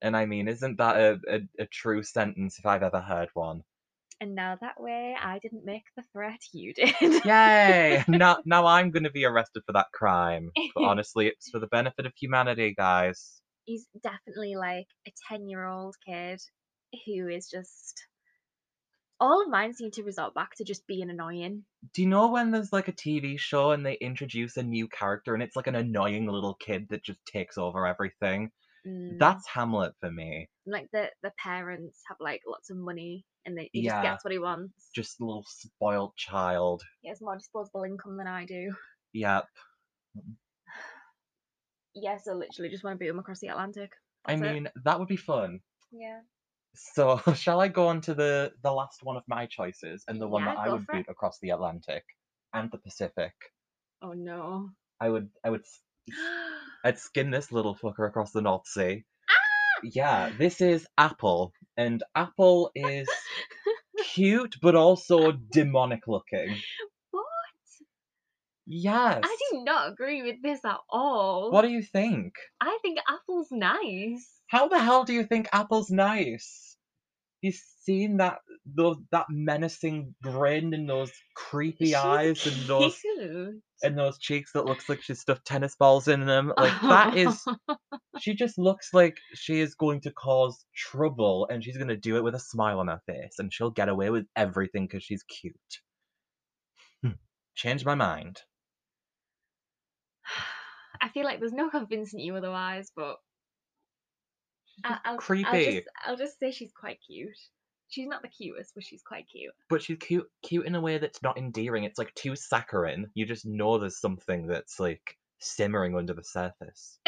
And I mean, isn't that a, a, a true sentence if I've ever heard one?
And now that way, I didn't make the threat, you did.
Yay! now, now I'm going to be arrested for that crime. But honestly, it's for the benefit of humanity, guys.
He's definitely like a 10 year old kid who is just. All of mine seem to result back to just being annoying.
Do you know when there's like a TV show and they introduce a new character and it's like an annoying little kid that just takes over everything?
Mm,
That's Hamlet for me.
Like the, the parents have like lots of money and they, he
Yeah.
just gets what he wants.
Just a little spoiled child.
He has more disposable income than I do.
Yep.
Yeah, so literally just want to boot him across the Atlantic.
I
That's it.
mean, that would be fun.
Yeah.
So, shall I go on to the the last one of my choices and the one
Yeah,
that I
go
would
for it.
boot across the Atlantic and the Pacific?
Oh no.
I would I would s- I'd skin this little fucker across the North Sea. Yeah, this is Apple and Apple is cute but also demonic looking.
What?
Yes.
I do not agree with this at all.
What do you think?
I think Apple's nice.
How the hell do you think Apple's nice? He's seen that those that menacing grin and those creepy
She's
eyes and those
cute.
and those cheeks that looks like she's stuffed tennis balls in them. Like that is she just looks like she is going to cause trouble and she's going to do it with a smile on her face and she'll get away with everything because she's cute. Hmm, Changed my mind.
I feel like there's no convincing you otherwise, but
She's
I-
just
I'll,
creepy,
I'll just, I'll just say she's quite cute. She's not the cutest, but she's quite cute.
but she's cute, cute in a way that's not endearing. It's like too saccharine. You just know there's something that's like simmering under the surface.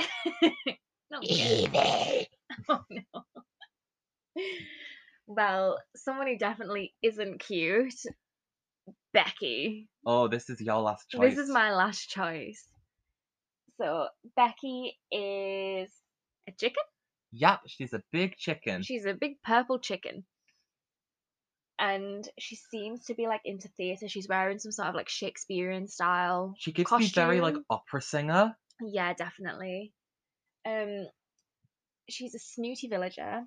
Not weird.
Evil.
Oh no. Well, someone who definitely isn't cute, Becky.
Oh, this is your last choice.
This is my last choice. So Becky is a chicken.
Yep, she's a big chicken.
She's a big purple chicken. And she seems to be like into theatre. She's wearing some sort of like Shakespearean style.
She gives me very like
costume.
opera singer.
Yeah, definitely. Um she's a snooty villager.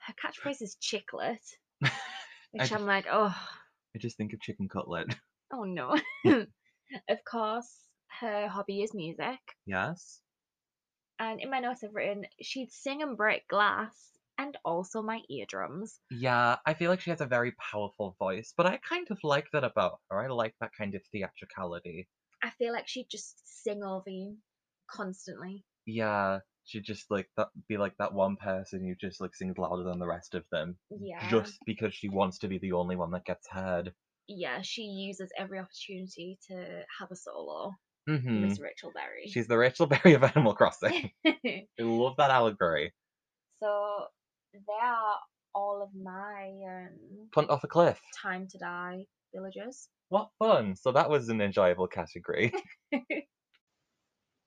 Her catchphrase is chicklet. Which
Okay.
I'm like, oh
I just think of chicken cutlet.
oh no. of course, her hobby is music.
Yes.
And in my notes I've written she'd sing and break glass and also my eardrums.
Yeah, I feel like she has a very powerful voice, but I kind of like that about her. I like that kind of theatricality.
I feel like she'd just sing over you constantly.
Yeah, she just like that be like that one person who just like sings louder than the rest of them.
Yeah.
just because she wants to be the only one that gets heard.
yeah, she uses every opportunity to have a solo.
hmm
Miss Rachel Berry.
She's the Rachel Berry of Animal Crossing. I love that allegory.
so they are all of my um,
Punt off a cliff.
time to die villagers.
What fun! So that was an enjoyable category.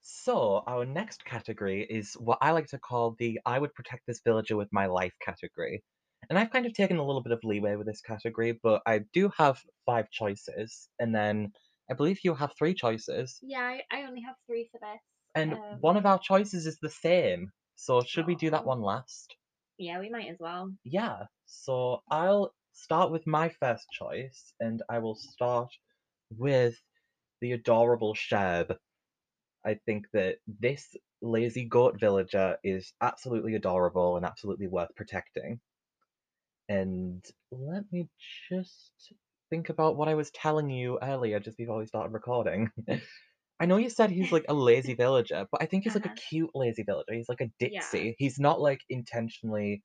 so our next category is what I like to call the "I would protect this villager with my life" category, and I've kind of taken a little bit of leeway with this category, but I do have five choices, and then I believe you have three choices,
Yeah, I, I only have three for this.
and
um,
one of our choices is the same. So should we do that
Aw.
one last?
Yeah, we might as well.
Um, yeah, so I'll start with my first choice, and I will start with the adorable Sherb. I think that this lazy goat villager is absolutely adorable and absolutely worth protecting. And let me just think about what I was telling you earlier, just before we started recording. I know you said he's like a lazy villager, but I think he's like a
Uh-huh.
cute lazy villager. He's like a
Yeah.
ditzy. He's not like intentionally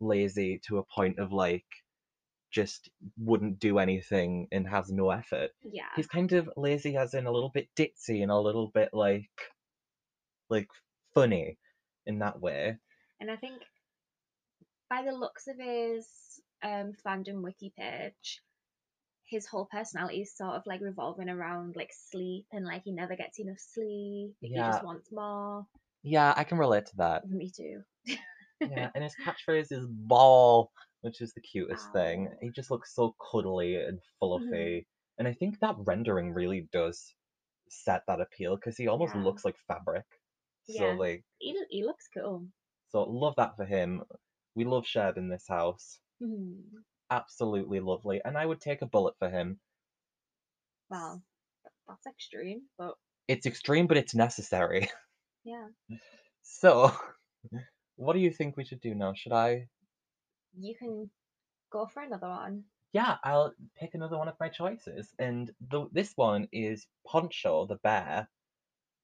lazy to a point of like just wouldn't do anything and has no effort.
Yeah.
He's kind of lazy as in a little bit ditzy and a little bit like like funny in that way.
And I think by the looks of his um, fandom wiki page, his whole personality is sort of like revolving around like sleep and like he never gets enough sleep. He
Yeah.
just wants more.
Yeah, I can relate to that.
Me too.
Yeah, and his catchphrase is ball, which is the cutest thing.
Ow.
He just looks so cuddly and
Mm-hmm.
fluffy. And I think that rendering really does set that appeal because he almost
Yeah.
looks like fabric. So
Yeah.
like
He, l- he looks cool.
so love that for him. We love Sherb in this house. Hmm.
Mhm.
absolutely lovely, and I would take a bullet for him.
Well, th- that's extreme, but
It's extreme, but it's necessary.
yeah.
So, what do you think we should do now? Should I?
You can go for another one.
Yeah, I'll pick another one of my choices, and the, this one is Poncho the bear.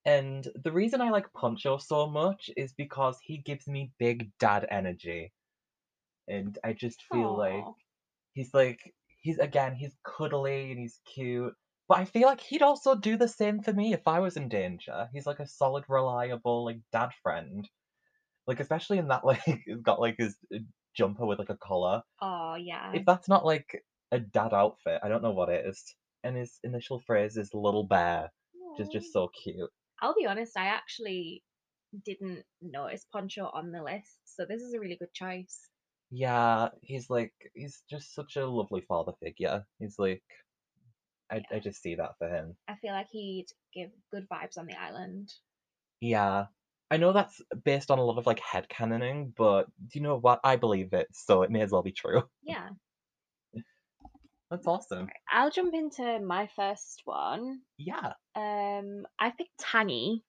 And the reason I like Poncho so much is because he gives me big dad energy, and I just feel like
Aw.
he's like he's again he's cuddly and he's cute but i feel like he'd also do the same for me if i was in danger he's like a solid reliable like dad friend like especially in that like he's got like his uh, jumper with like a collar
Oh, yeah.
if that's not like a dad outfit i don't know what it is and his initial phrase is little bear which is
Aw.
just so cute
I'll be honest, I actually didn't notice Poncho on the list, so this is a really good choice.
Yeah, he's like he's just such a lovely father figure. He's like I, I
Yeah.
just see that for him.
I feel like he'd give good vibes on the island.
Yeah. I know that's based on a lot of like headcanoning, but do you know what? I believe it, so it may as well be true.
Yeah.
That's awesome.
Right, I'll jump into my first one.
Yeah.
Um, I picked Tangy.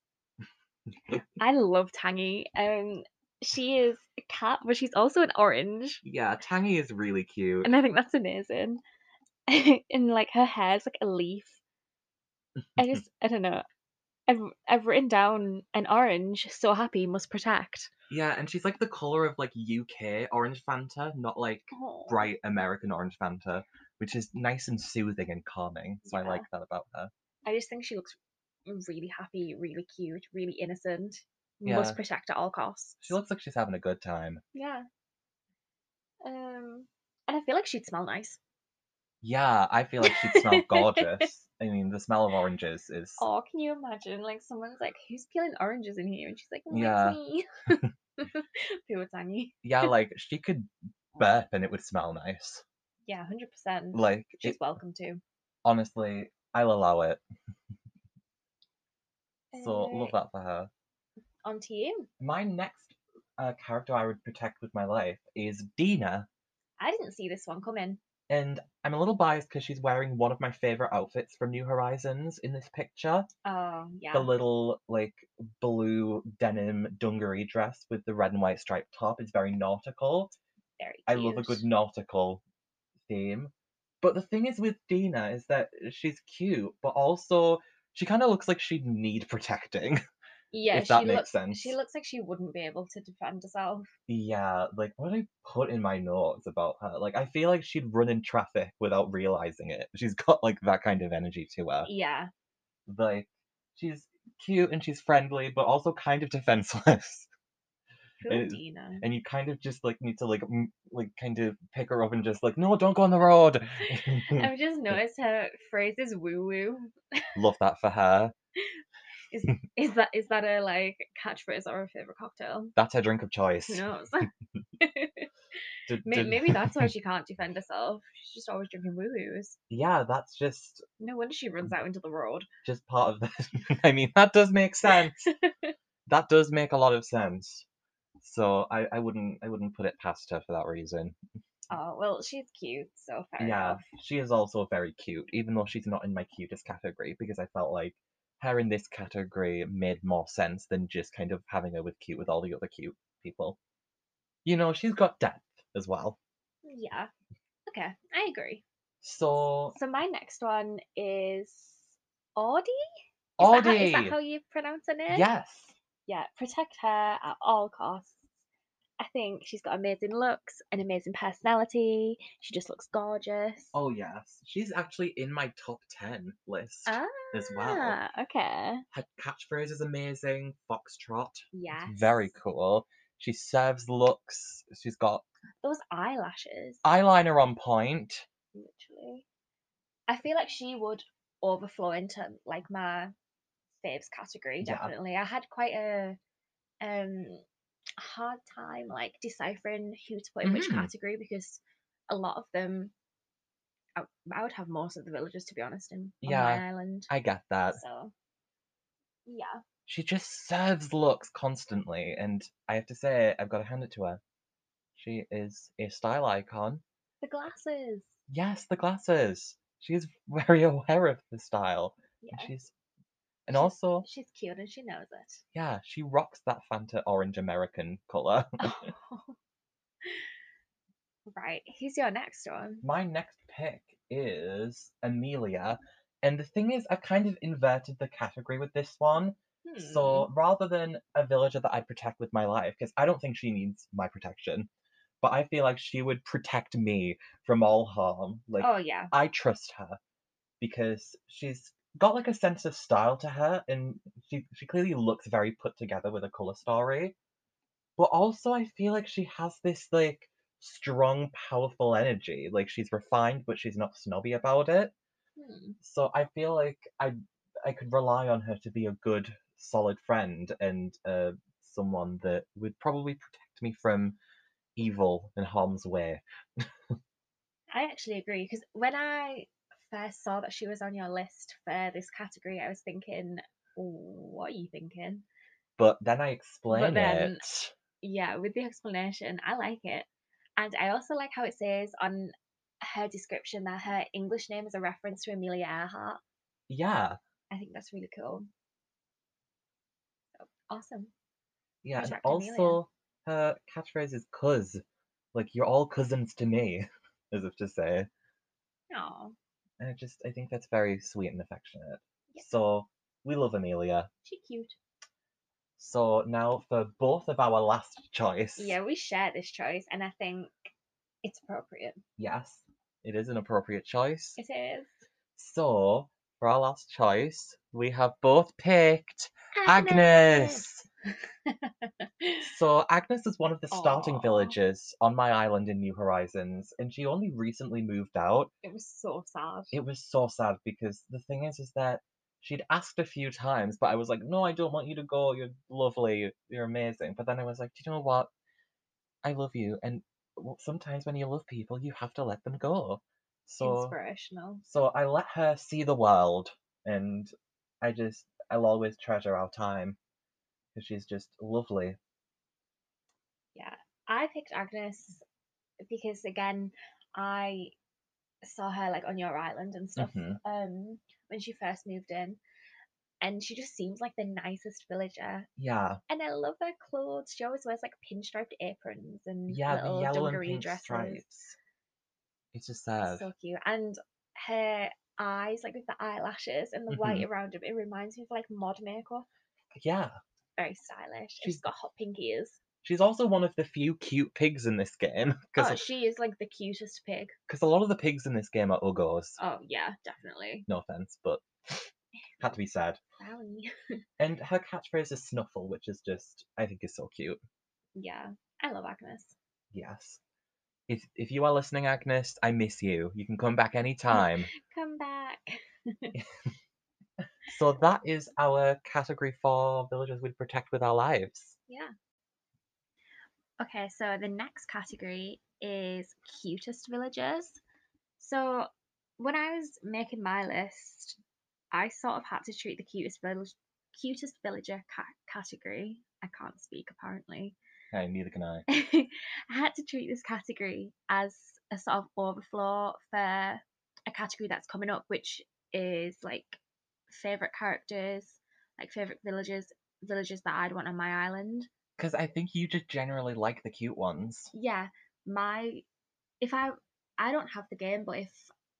I love Tangy. Um, she is a cat, but she's also an orange,
Yeah, Tangy is really cute.
and I think that's amazing. and like her hair is like a leaf. I just, I don't know. I've I've written down an orange. So happy must protect.
Yeah, and she's like the colour of like UK orange Fanta, not like
Aw.
bright American orange Fanta, which is nice and soothing and calming. So I
Yeah.
like that about her.
I just think she looks really happy, really cute, really innocent.
Yeah.
Must protect at all costs.
She looks like she's having a good time.
Yeah. Um, and I feel like she'd smell nice.
Yeah, I feel like she'd smell gorgeous. I mean, the smell of oranges is
Oh, can you imagine? Like someone's like, "Who's peeling oranges in here?" And she's like, oh,
Yeah.
"It's me." Pure tangy.
yeah, like she could burp and it would smell nice.
Yeah, hundred percent.
Like
She's
it,
welcome to.
honestly, I'll allow it. So love
Uh,
that for her.
On to you.
My next uh, character I would protect with my life is Dina,
I didn't see this one coming.
and I'm a little biased because she's wearing one of my favorite outfits from New Horizons in this picture.
Oh yeah.
the little like blue denim dungaree dress with the red and white striped top is very nautical.
Very.
I love a good
cute.
nautical theme. But the thing is with Dina is that she's cute, but also she kind of looks like she'd need protecting,
Yeah,
if that
she
makes
looks.
sense.
She looks like she wouldn't be able to defend herself.
yeah, like what did I put in my notes about her? Like I feel like she'd run in traffic without realizing it. She's got like that kind of energy to her.
Yeah,
Like she's cute and she's friendly, but also kind of defenseless.
poor
It-
Dina.
and you kind of just like need to like m- like kind of pick her up and just like no don't go on the road
I've just noticed her phrase is "woo woo."
love that for her
Is that is that a like catchphrase or a favorite cocktail?
that's her drink of choice
Who knows?
Did-
May-
did-
Maybe that's why she can't defend herself. She's just always drinking woo woos.
yeah that's just
No wonder she runs out into the road.
just part of the i mean that does make sense that does make a lot of sense so I, I wouldn't i wouldn't put it past her for that reason
Oh well, she's cute, so fair
yeah
enough.
she is also very cute even though she's not in my cutest category because i felt like her in this category made more sense than just kind of having her with cute with all the other cute people you know she's got depth as well
Yeah. Okay, I agree.
so
So my next one is Audie. Is that how-
audie
is that how you pronounce her name?
yes
Yeah. Protect her at all costs. I think she's got amazing looks, an amazing personality. She just looks gorgeous.
oh yes she's actually in my top 10 list
ah,
as well
Okay.
her catchphrase is amazing foxtrot
Yes.
it's very cool she serves looks she's got
Those eyelashes.
eyeliner on point
literally. I feel like she would overflow into like my faves category.
Yeah.
Definitely, I had quite a um hard time like deciphering who to put in which
Mhm.
category because a lot of them. I, I would have most of the villagers to be honest in on
Yeah. Uh,
my island.
i get that
So yeah,
she just serves looks constantly, and I have to say, I've got to hand it to her. She is a style icon.
the glasses.
Yes, the glasses. She is very aware of the style. And
Yeah,
she's, and
She's-
also,
she's cute and she knows it.
yeah, she rocks that Fanta orange American color.
right, who's your next one?
My next pick is Amelia, and the thing is, I've kind of inverted the category with this one.
Hmm.
So rather than a villager that I protect with my life, because I don't think she needs my protection, but I feel like she would protect me from all harm. Like
oh yeah,
I trust her because she's got like a sense of style to her, and she she clearly looks very put together with a color story. But also, I feel like she has this like strong, powerful energy. Like she's refined, but she's not snobby about it
Hmm.
so I feel like I I could rely on her to be a good, solid friend and uh, someone that would probably protect me from evil and harm's way.
I actually agree because when I first saw that she was on your list for this category, I was thinking, what are you thinking?
But then I explain
then-
it.
Yeah, with the explanation, I like it. And I also like how it says on her description that her English name is a reference to Amelia Earhart.
Yeah,
I think that's really cool. Awesome.
yeah. And
Project Amelia.
also, her catchphrase is "cuz," like you're all cousins to me, as if to say.
Oh,
And I just, I think that's very sweet and affectionate.
Yeah.
So we love Amelia.
she cute.
So now for both of our last choice.
Yeah, we share this choice, and I think it's appropriate.
Yes, it is an appropriate choice.
It is.
So, for our last choice, we have both picked Agnes. So, Agnes is one of the starting
Aw.
villagers on my island in New Horizons, and she only recently moved out.
It was so sad.
It was so sad because the thing is, is that she'd asked a few times, but I was like, no, I don't want you to go. You're lovely. You're amazing. But then I was like, do you know what? I love you. And w- sometimes when you love people, you have to let them go. So,
Inspirational.
so I let her see the world, and I just I'll always treasure our time because she's just lovely.
I picked Agnes because again, I saw her like on your island and stuff
Mhm.
um when she first moved in. And she just seems like the nicest villager.
Yeah,
And I love her clothes. She always wears like pinstriped aprons and
yeah,
little
the yellow and
dungaree
pink
dresses.
stripes. It's just sad.
It's so cute. And her eyes, like with the eyelashes and the white around them, it reminds me of like mod makeup.
Yeah,
Very stylish. and
She's-
She's got hot pink ears.
she's also one of the few cute pigs in this game
Oh,
because
she is like the cutest pig.
a lot of the pigs in this game are uggos.
Oh yeah, definitely.
No offense, but had to be said.
Sally.
And her catchphrase is snuffle, which is just I think is so cute.
Yeah, I love Agnes.
Yes. If, if you are listening, Agnes, I miss you. You can come back anytime.
Come back.
So that is our category for villagers we'd protect with our lives.
Okay, so the next category is cutest villagers. So when I was making my list, I sort of had to treat the cutest village, cutest villager ca- category. I can't speak apparently.
Hey, neither can I.
I had to treat this category as a sort of overflow for a category that's coming up, which is like favorite characters, like favorite villages, villages that I'd want on my island.
Because I think you just generally like the cute ones.
Yeah, my if I I don't have the game, but if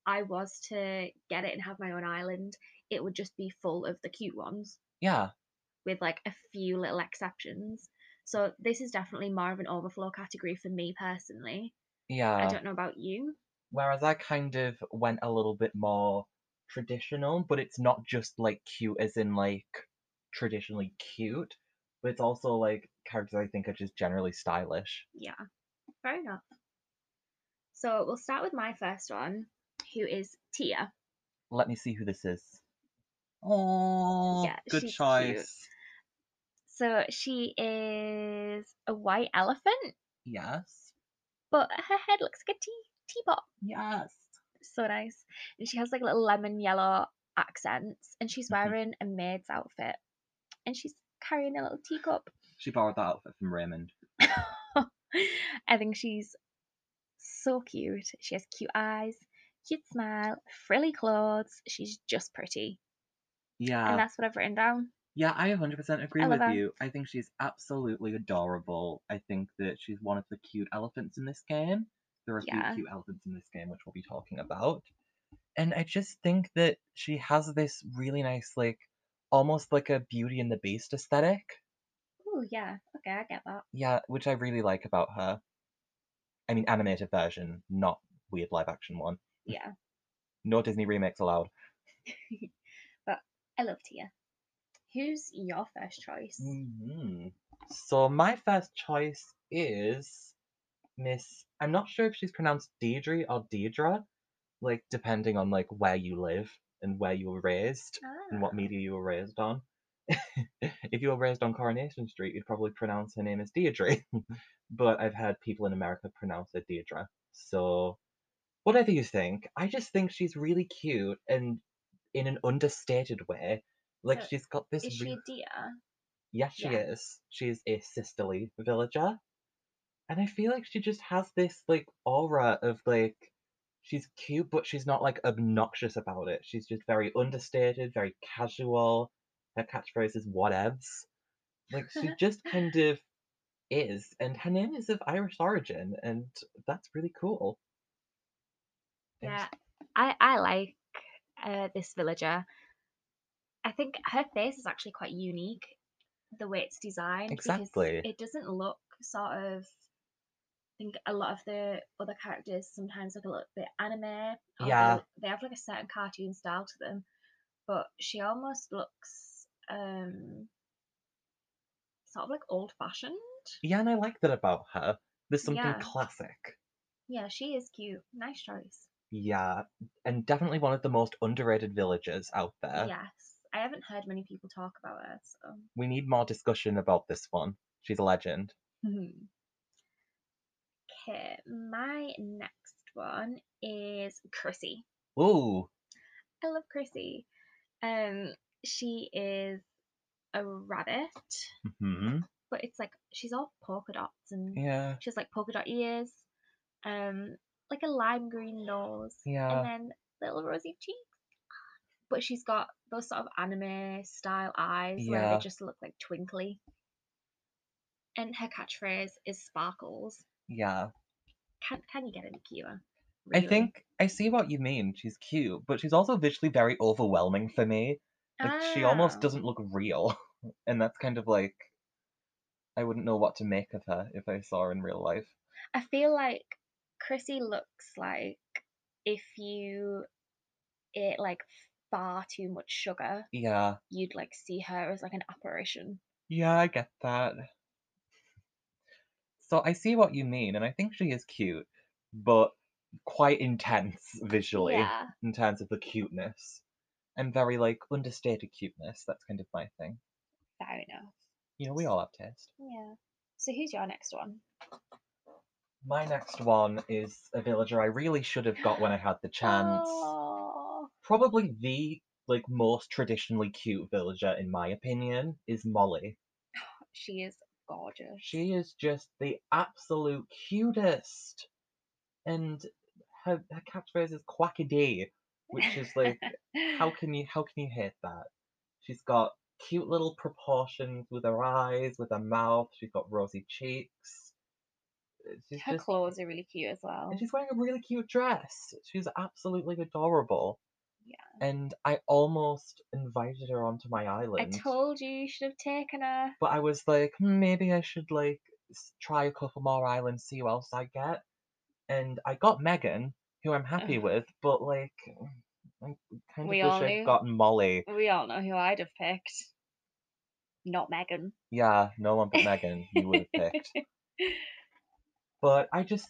I was to get it and have my own island, it would just be full of the cute ones.
Yeah,
with like a few little exceptions. So this is definitely more of an overflow category for me personally. I
yeah.
don't know about you.
Whereas I kind of went a little bit more traditional, but it's not just like cute as in like traditionally cute, but it's also like characters I think are just generally stylish.
Yeah, fair enough. So we'll start with my first one, who is Tia.
Let me see who this is. Oh,
Yeah,
good
she's cute.
choice.
So she is a white elephant,
Yes,
but her head looks like a tea teapot.
yes.
So nice. And she has like little lemon yellow accents, and she's
Mhm.
wearing a maid's outfit, and she's carrying a little teacup.
She borrowed that outfit from Raymond.
I think she's so cute. She has cute eyes, cute smile, frilly clothes. She's just pretty.
Yeah.
and that's what I've written down.
Yeah, I 100% agree
love
with
her.
you. I think she's absolutely adorable. I think that she's one of the cute elephants in this game. There are a
Yeah.
few cute elephants in this game, which we'll be talking about. And I just think that she has this really nice, like, almost like a Beauty and the Beast aesthetic.
Oh, yeah. Okay, I get that.
Yeah, which I really like about her. I mean, animated version, not weird live action one.
Yeah.
No Disney remakes allowed.
I love Tia. Who's your first choice?
Mhm. So my first choice is Miss. I'm not sure if she's pronounced Deidre or Deidre, like depending on like where you live and where you were raised and
Ah,
what media you were raised on. if you were raised on Coronation Street, you'd probably pronounce her name as Deirdre. but I've heard people in America pronounce her Deirdre. So, whatever you think, I just think she's really cute and in an understated way. Like,
So,
she's got this.
Is she
re-
a deer?
Yes, she
Yeah.
is. She is a sisterly villager. And I feel like she just has this like aura of like she's cute, but she's not like obnoxious about it. She's just very understated, very casual. Her catchphrase is whatevs. Like she just kind of is. And her name is of Irish origin, and that's really cool. And
Yeah, I I like uh, this villager. I think her face is actually quite unique, the way it's designed. because
Exactly.
it doesn't look sort of. I think a lot of the other characters sometimes look a little bit anime. or they
Yeah.
look- They have like a certain cartoon style to them, but she almost looks um sort of like old fashioned.
Yeah, and I like that about her. There's something
Yeah.
classic.
Yeah, she is cute. Nice choice.
Yeah, and definitely one of the most underrated villagers out there.
yes, I haven't heard many people talk about her, so.
we need more discussion about this one. She's a legend. Mm-hmm.
Okay, my next one is Chrissy.
Ooh,
I love Chrissy. Um, she is a rabbit,
hmm
but it's like she's all polka dots and
yeah,
she has like polka dot ears, um, like a lime green nose,
yeah,
and then little rosy cheeks. But she's got those sort of anime style eyes where
Yeah.
they just look like twinkly. And her catchphrase is sparkles.
yeah.
can can you get any cuter?
I
really?
think I see what you mean. She's cute, but she's also visually very overwhelming for me. Like she almost
Ah,
doesn't look real, and that's kind of like I wouldn't know what to make of her if I saw her in real life.
I feel like Chrissy looks like if you ate like far too much sugar,
Yeah,
you'd like see her as like an apparition.
yeah, I get that. So I see what you mean, and I think she is cute, but quite intense visually.
Yeah,
in terms of the cuteness and very like understated cuteness. That's kind of my thing.
fair enough.
You know, we all have taste.
Yeah. So who's your next one?
My next one is a villager I really should have got when I had the chance.
Oh,
Probably the like most traditionally cute villager in my opinion is Molly.
she is gorgeous.
She is just the absolute cutest, and her her catchphrase is "quackadee," which is like how can you how can you hate that? She's got cute little proportions with her eyes, with her mouth. She's got rosy cheeks. Uh, She's
her
just,
clothes are really cute as well.
and she's wearing a really cute dress. She's absolutely adorable.
Yeah.
And I almost invited her onto my
I
island,
told you you should have taken her.
but I was like, "Hmm, maybe I should like s- try a couple more islands, see what else I get. And I got Megan, who I'm happy
Ugh.
with, but like, I kind of
Uh-huh. We all
wish
knew.
I'd gotten Molly.
We all know who I'd have picked. Not Megan.
Yeah, no one but Megan you would have picked. But I just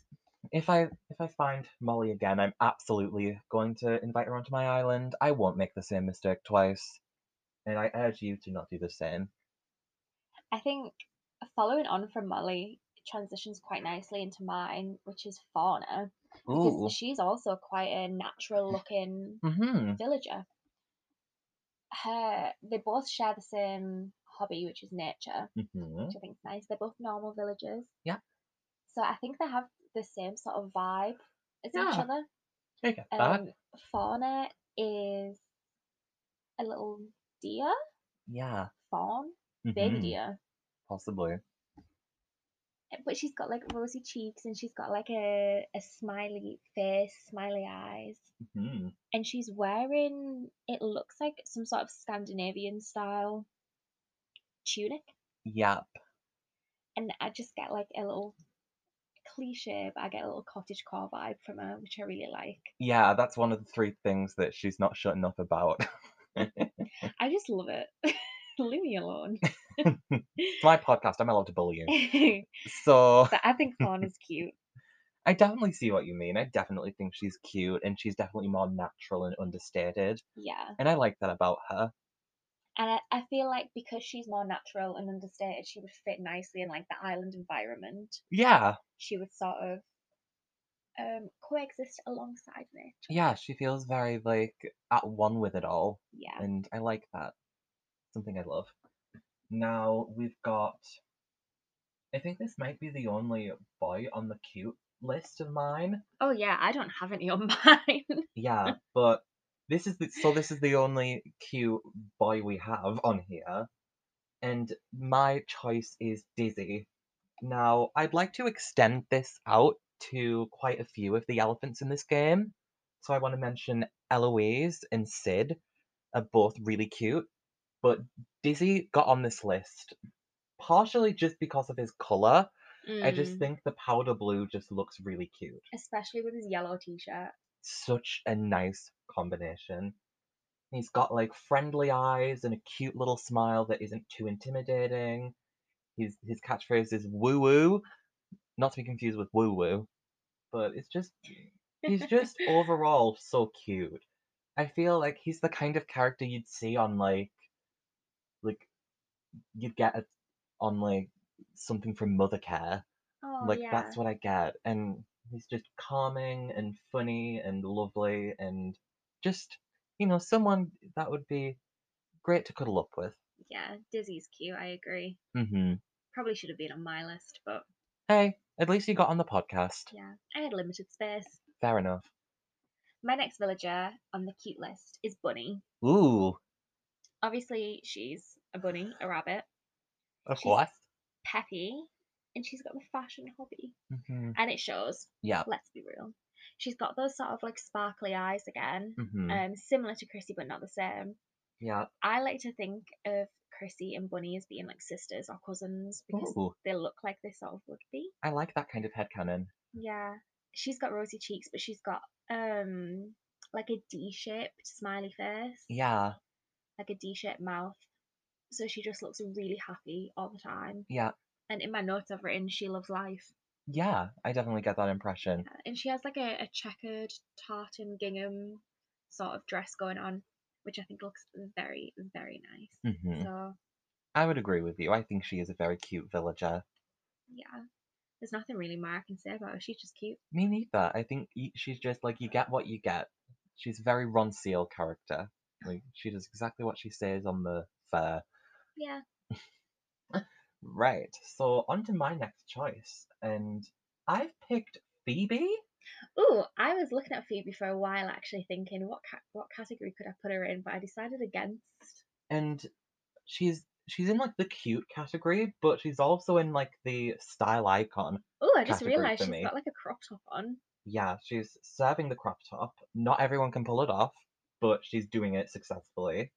if I if I find Molly again, I'm absolutely going to invite her onto my island. I won't make the same mistake twice. And I urge you to not do the same.
I think following on from Molly transitions quite nicely into mine, which is Fauna,
Ooh.
because she's also quite a natural looking
Mm-hmm.
villager. Her they both share the same hobby, which is nature,
Mm-hmm.
which I think is nice. They're both normal villagers.
Yeah.
So I think they have the same sort of vibe as each
Yeah.
other.
I get that.
Um, Fauna is a little deer,
yeah.
fawn,
mhm,
baby deer.
Possibly.
Eh, but she's got like rosy cheeks and she's got like a, a smiley face, smiley eyes.
hmm
And she's wearing, it looks like some sort of Scandinavian style tunic.
Yep.
And I just get like a little cliche, but I get a little cottagecore vibe from her, which I really like.
Yeah, that's one of the three things that she's not shutting up about. it's
I just love it. Leave me alone.
my podcast, I'm allowed to bully you.
but
So
I think Fawn is cute.
I definitely see what you mean. I definitely think she's cute and she's definitely more natural and understated.
Yeah.
And I like that about her.
And I, I feel like because she's more natural and understated, she would fit nicely in like the island environment.
Yeah.
She would sort of um coexist alongside nature.
Yeah, she feels very like at one with it all.
Yeah.
And I like that. Something I love. Now we've got I think this might be the only boy on the cute list of mine.
Oh yeah, I don't have any on mine.
Yeah, but this is the so this is the only cute boy we have on here. And my choice is Dizzy. Now, I'd like to extend this out to quite a few of the elephants in this game. So I want to mention Eloise and Sid are both really cute, but Dizzy got on this list partially just because of his color. I just
Mm,
think the powder blue just looks really cute.
especially with his yellow t-shirt.
Such a nice combination. He's got like friendly eyes and a cute little smile that isn't too intimidating. His his catchphrase is woo woo, not to be confused with woo woo, but it's just he's just overall so cute. I feel like he's the kind of character you'd see on like like you'd get a, on like something from Mother Care.
oh
like
yeah.
that's what I get, and he's just calming and funny and lovely and just you know someone that would be great to cuddle up with.
Yeah, Dizzy's cute, I agree. Mm-hmm.
hmm
Probably should have been on my list, but
Hey, at least you got on the podcast.
yeah, I had limited space.
Fair enough.
My next villager on the cute list is Bunny.
Ooh,
Obviously, she's a bunny, a rabbit,
of
She's-
course.
peppy, and she's got the fashion hobby.
hmm
And it shows,
Yeah.
let's be real. She's got those sort of like sparkly eyes again,
hmm
um, similar to Chrissy, but not the same.
Yeah.
I like to think of Chrissy and Bunny as being like sisters or cousins because
Ooh,
they look like they sort of would be.
I like that kind of headcanon.
Yeah. She's got rosy cheeks, but she's got um like a D shaped smiley face.
Yeah.
Like a D shaped mouth. So she just looks really happy all the time.
Yeah.
And in my notes I've written she loves life.
Yeah. I definitely get that impression.
Yeah, And she has like a, a checkered tartan gingham sort of dress going on, which I think looks very, very nice.
hmm
So
I would agree with you. I think she is a very cute villager.
yeah. There's nothing really more I can say about her. She's just cute.
Me neither. I think y- she's just like you get what you get. She's a very Ron Seal character. Like she does exactly what she says on the fair.
Yeah.
Right. So on to my next choice, and I've picked Phoebe.
Ooh, I was looking at Phoebe for a while, actually thinking what ca- what category could I put her in, but I decided against.
and she's she's in like the cute category, but she's also in like the style icon.
Ooh, I just
Category for
realised she's
me.
got like a crop top on.
Yeah, she's serving the crop top. Not everyone can pull it off, but she's doing it successfully.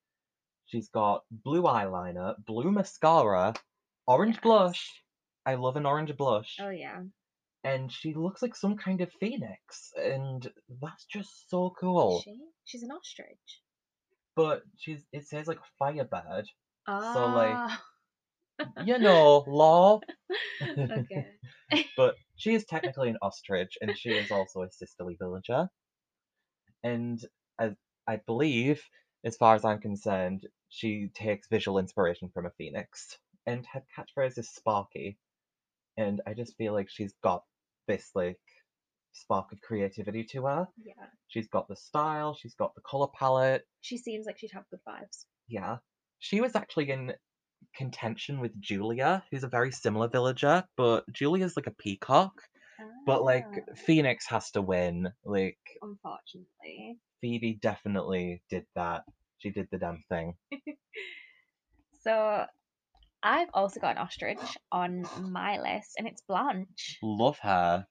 She's got blue eyeliner, blue mascara, orange
Yes.
blush. I love an orange blush.
Oh yeah,
And she looks like some kind of phoenix, and that's just so cool.
is she she's an ostrich.
But she's it says like firebird.
Oh,
So, like- You know, law.
okay.
but she is technically an ostrich and she is also a sisterly villager and as i believe as far as i'm concerned she takes visual inspiration from a phoenix and her catchphrase is sparky and i just feel like she's got this like spark of creativity to her
Yeah,
she's got the style she's got the color palette
she seems like she'd have good vibes.
yeah she was actually in contention with julia who's a very similar villager but julia's like a peacock but like
Ah,
Phoenix has to win. Like
unfortunately,
Phoebe definitely did that. She did the damn thing.
so I've also got an ostrich on my list, and it's Blanche.
Love her.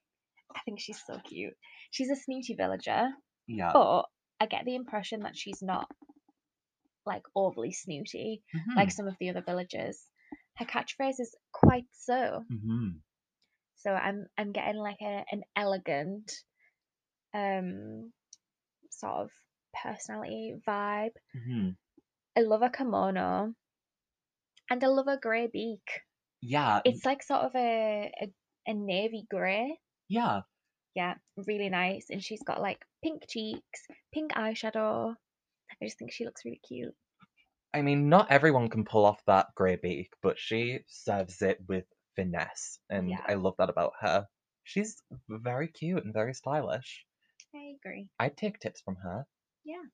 I think she's so cute. She's a snooty villager.
Yeah.
but I get the impression that she's not like overly snooty like
Mhm,
some of the other villagers. Her catchphrase is quite so.
mhm.
So I'm I'm getting like a an elegant um sort of personality vibe.
Mhm.
I love her kimono and I love her grey beak.
Yeah.
It's like sort of a a, a navy grey.
yeah.
Yeah, really nice. And she's got like pink cheeks, pink eyeshadow. I just think she looks really cute.
I mean, not everyone can pull off that grey beak, but she serves it with finesse, and
Yeah.
I love that about her. She's very cute and very stylish.
I agree.
I'd take tips from her.
Yeah.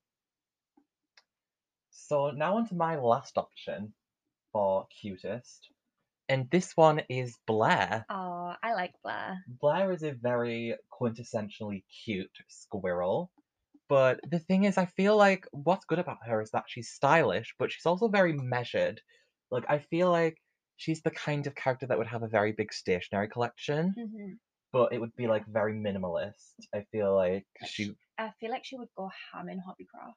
So now onto my last option for cutest, and this one is Blair.
Oh, I like Blair.
Blair is a very quintessentially cute squirrel. But the thing is, I feel like what's good about her is that she's stylish, but she's also very measured. Like, I feel like she's the kind of character that would have a very big stationery collection,
hmm
but it would be like very minimalist. I feel like
Like
she,
I feel like she would go ham in Hobbycraft.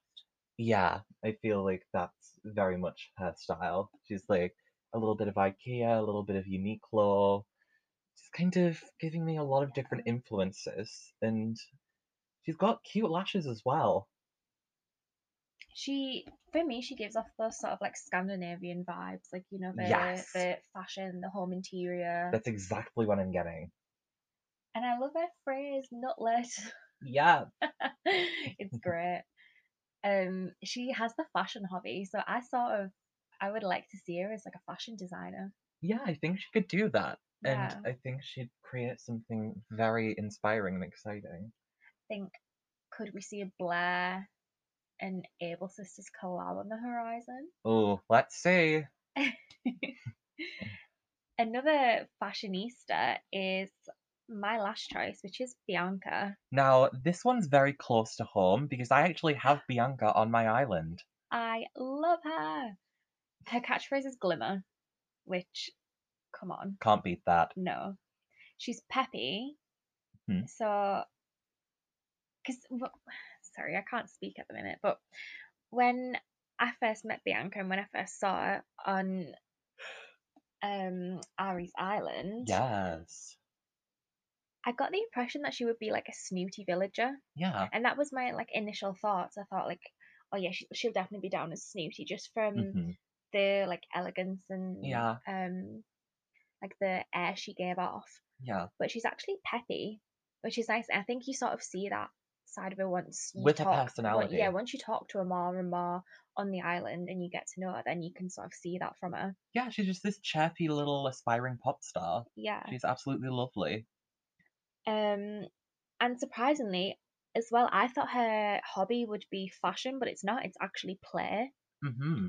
yeah, I feel like that's very much her style. She's like a little bit of IKEA, a little bit of Uniqlo. She's kind of giving me a lot of different influences, and she's got cute lashes as well.
She, for me, she gives off those sort of like Scandinavian vibes, like you know the
Yes.
the fashion, the home interior,
That's exactly what I'm getting.
and I love her phrase "nutlet."
Yeah,
it's great. Um, she has the fashion hobby, so I sort of I would like to see her as like a fashion designer.
yeah, I think she could do that.
Yeah,
And I think she'd create something very inspiring and exciting.
think could we see a Blair and Able sisters collab on the horizon?
Oh, let's see.
Another fashionista is my last choice, which is Bianca.
Now, this one's very close to home because I actually have Bianca on my island.
I love her. Her catchphrase is glimmer, which, come on,
Can't beat that.
no. She's peppy.
Mhm.
So, because, sorry, I can't speak at the minute, but when I first met Bianca and when I first saw her on um, Ari's Island,
Yes.
I got the impression that she would be like a snooty villager.
Yeah.
and that was my like initial thoughts i thought like oh yeah she, she'll definitely be down as snooty just from
hmm
the like elegance and
Yeah.
um like the air she gave off
Yeah.
but she's actually peppy which is nice and i think you sort of see that side of her once you
With her
talk on- yeah
personality.
once you talk to her more and more on the island and you get to know her then you can sort of see that from her
Yeah, she's just this chirpy little aspiring pop star.
yeah
She's absolutely lovely.
um and surprisingly as well i thought her hobby would be fashion but it's not it's actually play
hmm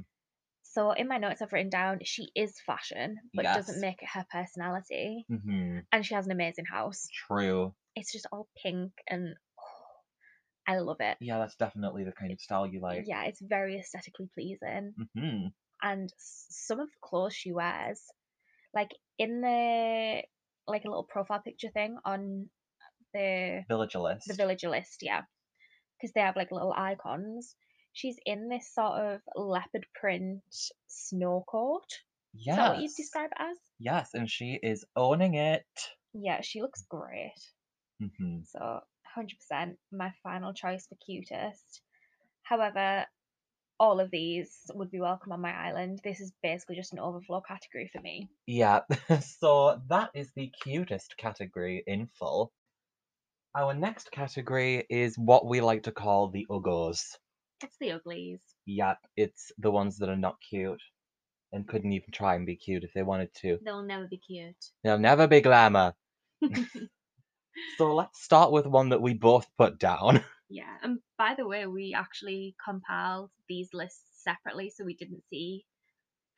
So in my notes, I've written down she is fashion, but it doesn't
Yes.
make it her personality.
hmm
And she has an amazing house.
True.
It's just all pink and I love it.
Yeah, that's definitely the kind of style you like.
yeah, it's very aesthetically pleasing.
hmm
And s- some of the clothes she wears, like in the like a little profile picture thing on the
Villager list.
the villager list, yeah, because they have like little icons. She's in this sort of leopard print snow coat.
Yes.
Is that what you describe it as?
Yes, and she is owning it.
Yeah, she looks great.
hmm
So 100% my final choice for cutest. However, all of these would be welcome on my island. This is basically just an overflow category for me.
Yeah. so that is the cutest category in full. Our next category is what we like to call the uggos.
It's the uglies.
Yep, it's the ones that are not cute and couldn't even try and be cute if they wanted to.
They'll never be cute.
They'll never be glamour. So let's start with one that we both put down.
yeah, and by the way, we actually compiled these lists separately so we didn't see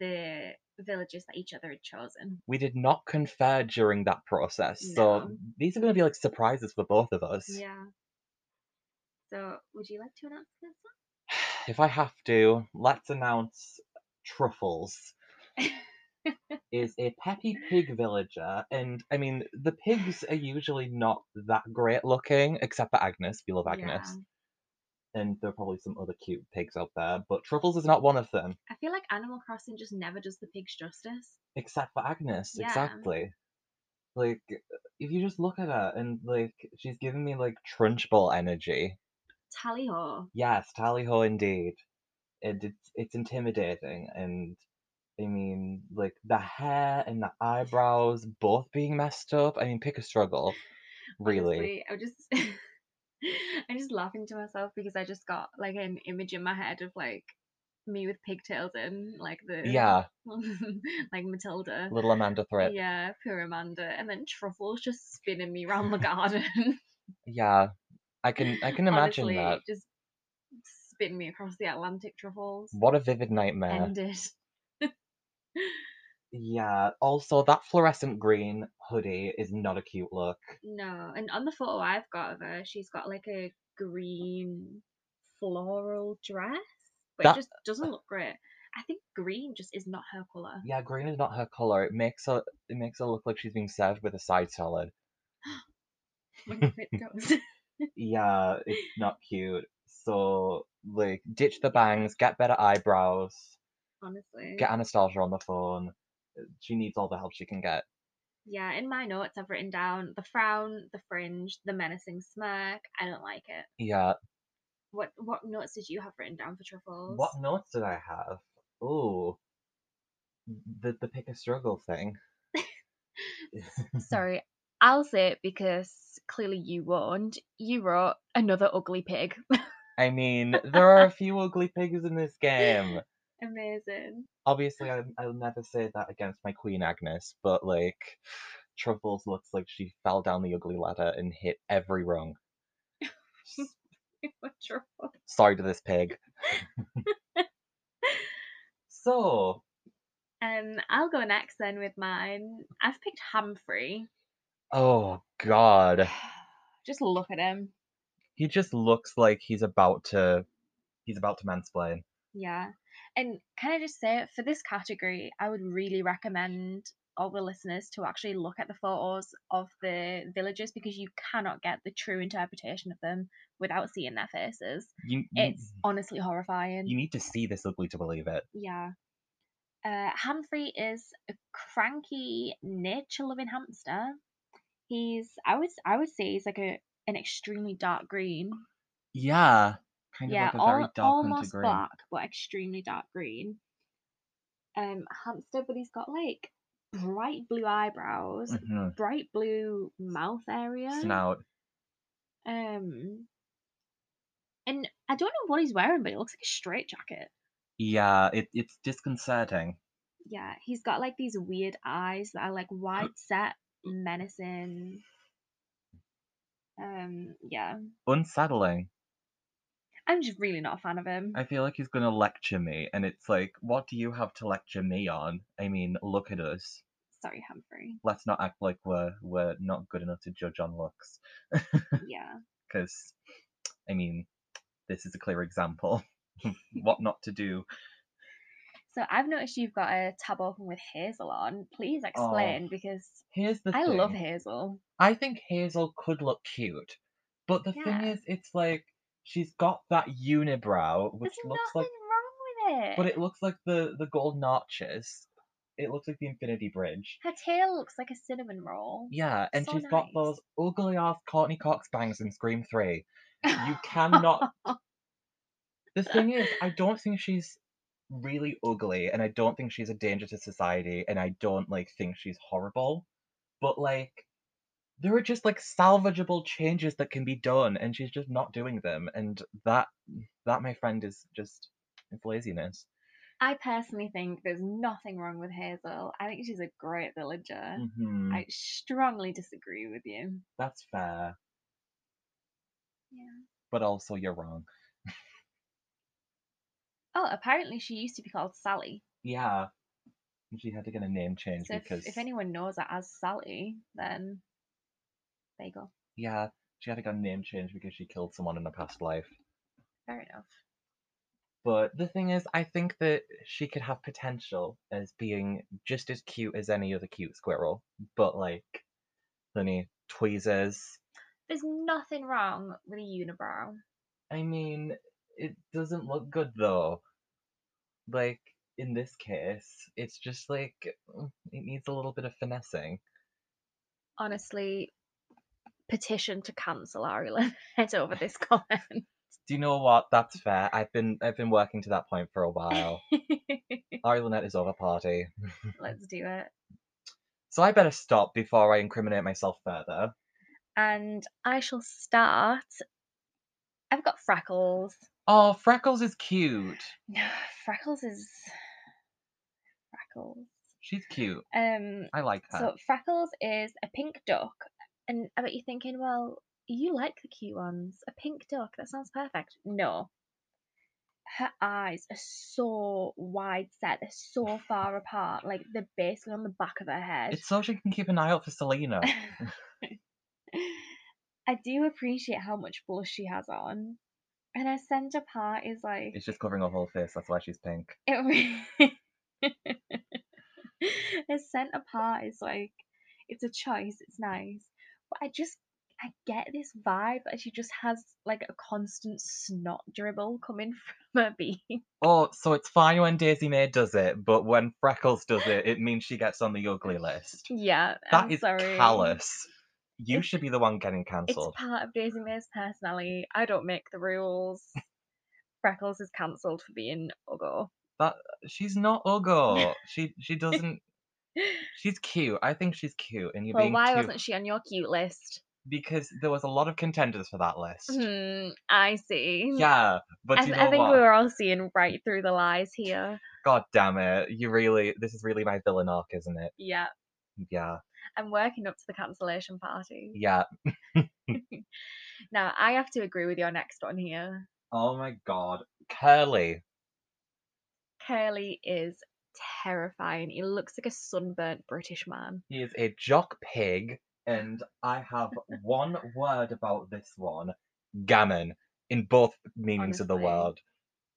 the villages that each other had chosen.
We did not confer during that process. So
No.
these are going to be like surprises for both of us.
Yeah. So, would you like to announce this one?
if I have to, let's announce Truffles is a peppy pig villager, and I mean the pigs are usually not that great looking, except for Agnes. We love Agnes,
Yeah.
and there are probably some other cute pigs out there, but Truffles is not one of them,
I feel like Animal Crossing just never does the pigs justice.
except for Agnes.
Yeah.
Exactly. Like uh, if you just look at her, and like she's giving me like Trunchbull energy.
Tally ho.
Yes, tally ho indeed. And it's it's intimidating and I mean like the hair and the eyebrows both being messed up. I mean pick a struggle. Really.
Honestly, I just I'm just laughing to myself because I just got like an image in my head of like me with pigtails in, like the
Yeah,
like Matilda.
little Amanda Thripp. Yeah.
Yeah, poor Amanda. And then Truffle's just spinning me round the garden.
I can I can imagine
Honestly,
that.
Just spin me across the Atlantic, Truffles.
What a vivid nightmare.
End it.
Yeah. Also, that fluorescent green hoodie is not a cute look.
No, and on the photo I've got of her, she's got like a green floral dress, but
That-
it just doesn't look great. I think green just is not her color.
Yeah, green is not her color. It makes her it makes her look like she's being served with a side salad.
it goes.
Yeah, it's not cute. So like, ditch the bangs, get better eyebrows,
Honestly.
get Anastasia on the phone. She needs all the help she can get.
Yeah, in my notes I've written down the frown, the fringe, the menacing smirk. I don't like it.
Yeah.
What what notes did you have written down for truffles?
What notes did I have? Oh, the the pick a struggle thing.
Sorry, I'll say it because clearly you warned. You wrote another ugly pig.
I mean, there are a few ugly pigs in this game.
Amazing.
Obviously, I, I'll never say that against my queen Agnes, but like, Truffles looks like she fell down the ugly ladder and hit every rung. S-
What truffle?
Sorry to this pig. so,
Um, I'll go next then with mine. I've picked Humphrey.
oh god,
Just look at him.
he just looks like he's about to, he's about to mansplain.
Yeah. And can I just say, for this category, I would really recommend all the listeners to actually look at the photos of the villagers because you cannot get the true interpretation of them without seeing their faces.
You, you-
It's honestly horrifying.
Mm-hmm. You need to see this ugly to believe it.
Yeah. Uh, Humphrey is a cranky, nature-loving hamster. He's, I would, I would say, he's like a an extremely dark green.
Yeah. Kind
yeah,
of like a very
all,
dark hunter
almost
green.
black, but extremely dark green. Um, hamster, but he's got like bright blue eyebrows,
Mhm.
bright blue mouth area.
Snout.
Um, and I don't know what he's wearing, but it looks like a straight jacket.
Yeah, it, it's disconcerting.
Yeah, he's got like these weird eyes that are like wide set, menacing. Um, yeah,
Unsettling.
I'm just really not a fan of him.
I feel like he's going to lecture me, and it's like, what do you have to lecture me on? I mean, look at us.
Sorry, Humphrey.
Let's not act like we're we're not good enough to judge on looks,
yeah,
because, I mean, this is a clear example what not to do.
so I've noticed you've got a tab open with Hazel on. Please
Oh.
explain because
Here's the
I
thing.
love Hazel.
I think Hazel could look cute, but the thing
Yeah.
is, it's like she's got that unibrow, which
There's nothing
looks like,
wrong with it.
but it looks like the the golden arches. It looks like the Infinity Bridge.
Her tail looks like a cinnamon roll.
Yeah, and
So
she's got
nice.
those ugly ass Courtney Cox bangs in Scream Three. You cannot. the thing is, I don't think she's really ugly, and I don't think she's a danger to society, and I don't like think she's horrible. But like, there are just like salvageable changes that can be done, and she's just not doing them, and that that my friend is just it's laziness.
I personally think there's nothing wrong with Hazel. I think she's a great villager.
Mhm,
I strongly disagree with you.
That's fair,
Yeah.
but also you're wrong.
Oh, apparently she used to be called Sally.
Yeah, and she had to get a name change
So if,
because
if anyone knows her as Sally, then there you go.
yeah, she had to get a name change because she killed someone in a past life.
Fair enough.
But the thing is, I think that she could have potential as being just as cute as any other cute squirrel, but like, funny tweezers.
There's nothing wrong with a unibrow.
I mean, it doesn't look good though. Like, in this case, it's just like, mm, it needs a little bit of finessing.
Honestly, petition to cancel Ari Head over this comment.
Do you know what? That's fair. I've been I've been working to that point for a while. Ari Lynette is over party.
Let's do it.
So I better stop before I incriminate myself further.
And I shall start. I've got freckles.
Oh, Freckles is cute.
No, Freckles is Freckles.
She's cute.
Um,
I like her.
so Freckles is a pink duck, and I bet you're thinking, well, you like the cute ones. A pink duck, that sounds perfect. No. Her eyes are so wide set, they're so far apart, like they're basically on the back of her head.
it's so she can keep an eye out for Selena.
I do appreciate how much blush she has on. And her centre part is like
it's just covering her whole face. That's why she's pink.
it really the centre part is like it's a choice it's nice but i just i get this vibe that she just has like a constant snot dribble coming from her being
Oh, so it's fine when Daisy May does it, but when Freckles does it, it means she gets on the ugly list.
yeah
That
I'm
is
sorry
callous. You
It's-
should be the one getting
it's
cancelled.
part of daisy may's personality i don't make the rules freckles is cancelled for being ogo
She's not Ugo. She she doesn't. She's cute. I think she's cute, and you're
well
being
why
too
wasn't she on your cute list
because there was a lot of contenders for that list.
hmm i see
Yeah, but
I,
you
th-
know
I think
what?
we were all seeing right through the lies here.
God damn it! You really. This is really my villain arc, isn't it?
Yeah,
Yeah,
I'm working up to the cancellation party.
yeah.
Now, I have to agree with your next one here.
Oh my god, Curly.
Curly is terrifying. He looks like a sunburnt British man.
He is a jock pig, and I have one word about this one: gammon, in both meanings of the
Honestly.
word.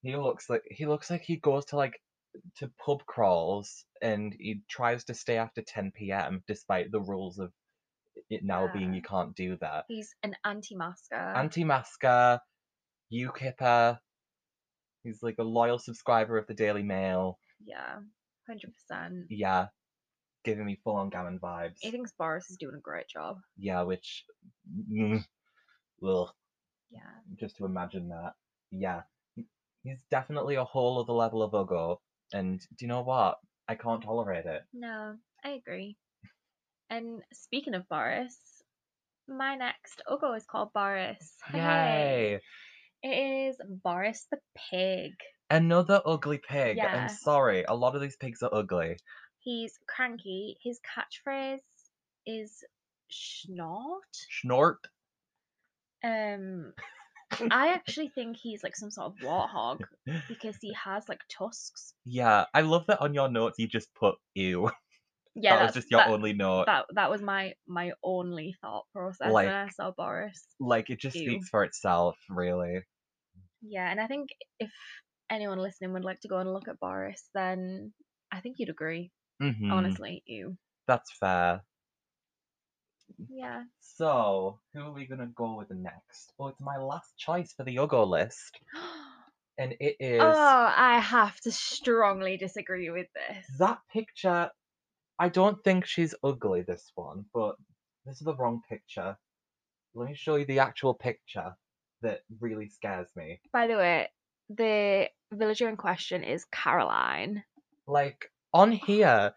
He looks like he looks like he goes to like to pub crawls, and he tries to stay after 10 p.m. despite the rules of it now being
Yeah.
you can't do that.
He's an anti-masker.
Anti-masker, UKIPper. He's like a loyal subscriber of the Daily Mail.
yeah, hundred percent.
Yeah, giving me full-on gammon vibes.
He thinks Boris is doing a great job.
yeah, which, mm, ugh,
Yeah,
just to imagine that, yeah, he- he's definitely a whole other level of Ugo, and do you know what? I can't tolerate it.
no, I agree. And speaking of Boris, my next Ugo is called Boris. Hey.
Yay!
It is Boris the pig.
Another ugly pig.
Yeah.
I'm sorry, a lot of these pigs are ugly.
He's cranky. His catchphrase is snort.
Snort.
Um, I actually think he's like some sort of warthog because he has like tusks.
Yeah, I love that on your notes you just put ew.
Yeah,
that was
that's-
just your
that,
only note.
That that was my my only thought process
Like-
when I saw Boris.
like it just
ew.
speaks for itself, really.
Yeah, and I think if anyone listening would like to go and look at Boris, then I think you'd agree.
Mhm,
Honestly, you.
That's fair.
Yeah.
So, who are we going to go with next? Well, it's my last choice for the Yogo list, and it is
Oh, I have to strongly disagree with this.
that picture. I don't think she's ugly, this one, but this is the wrong picture. Let me show you the actual picture that really scares me.
By the way, the villager in question is Caroline.
Like, on here,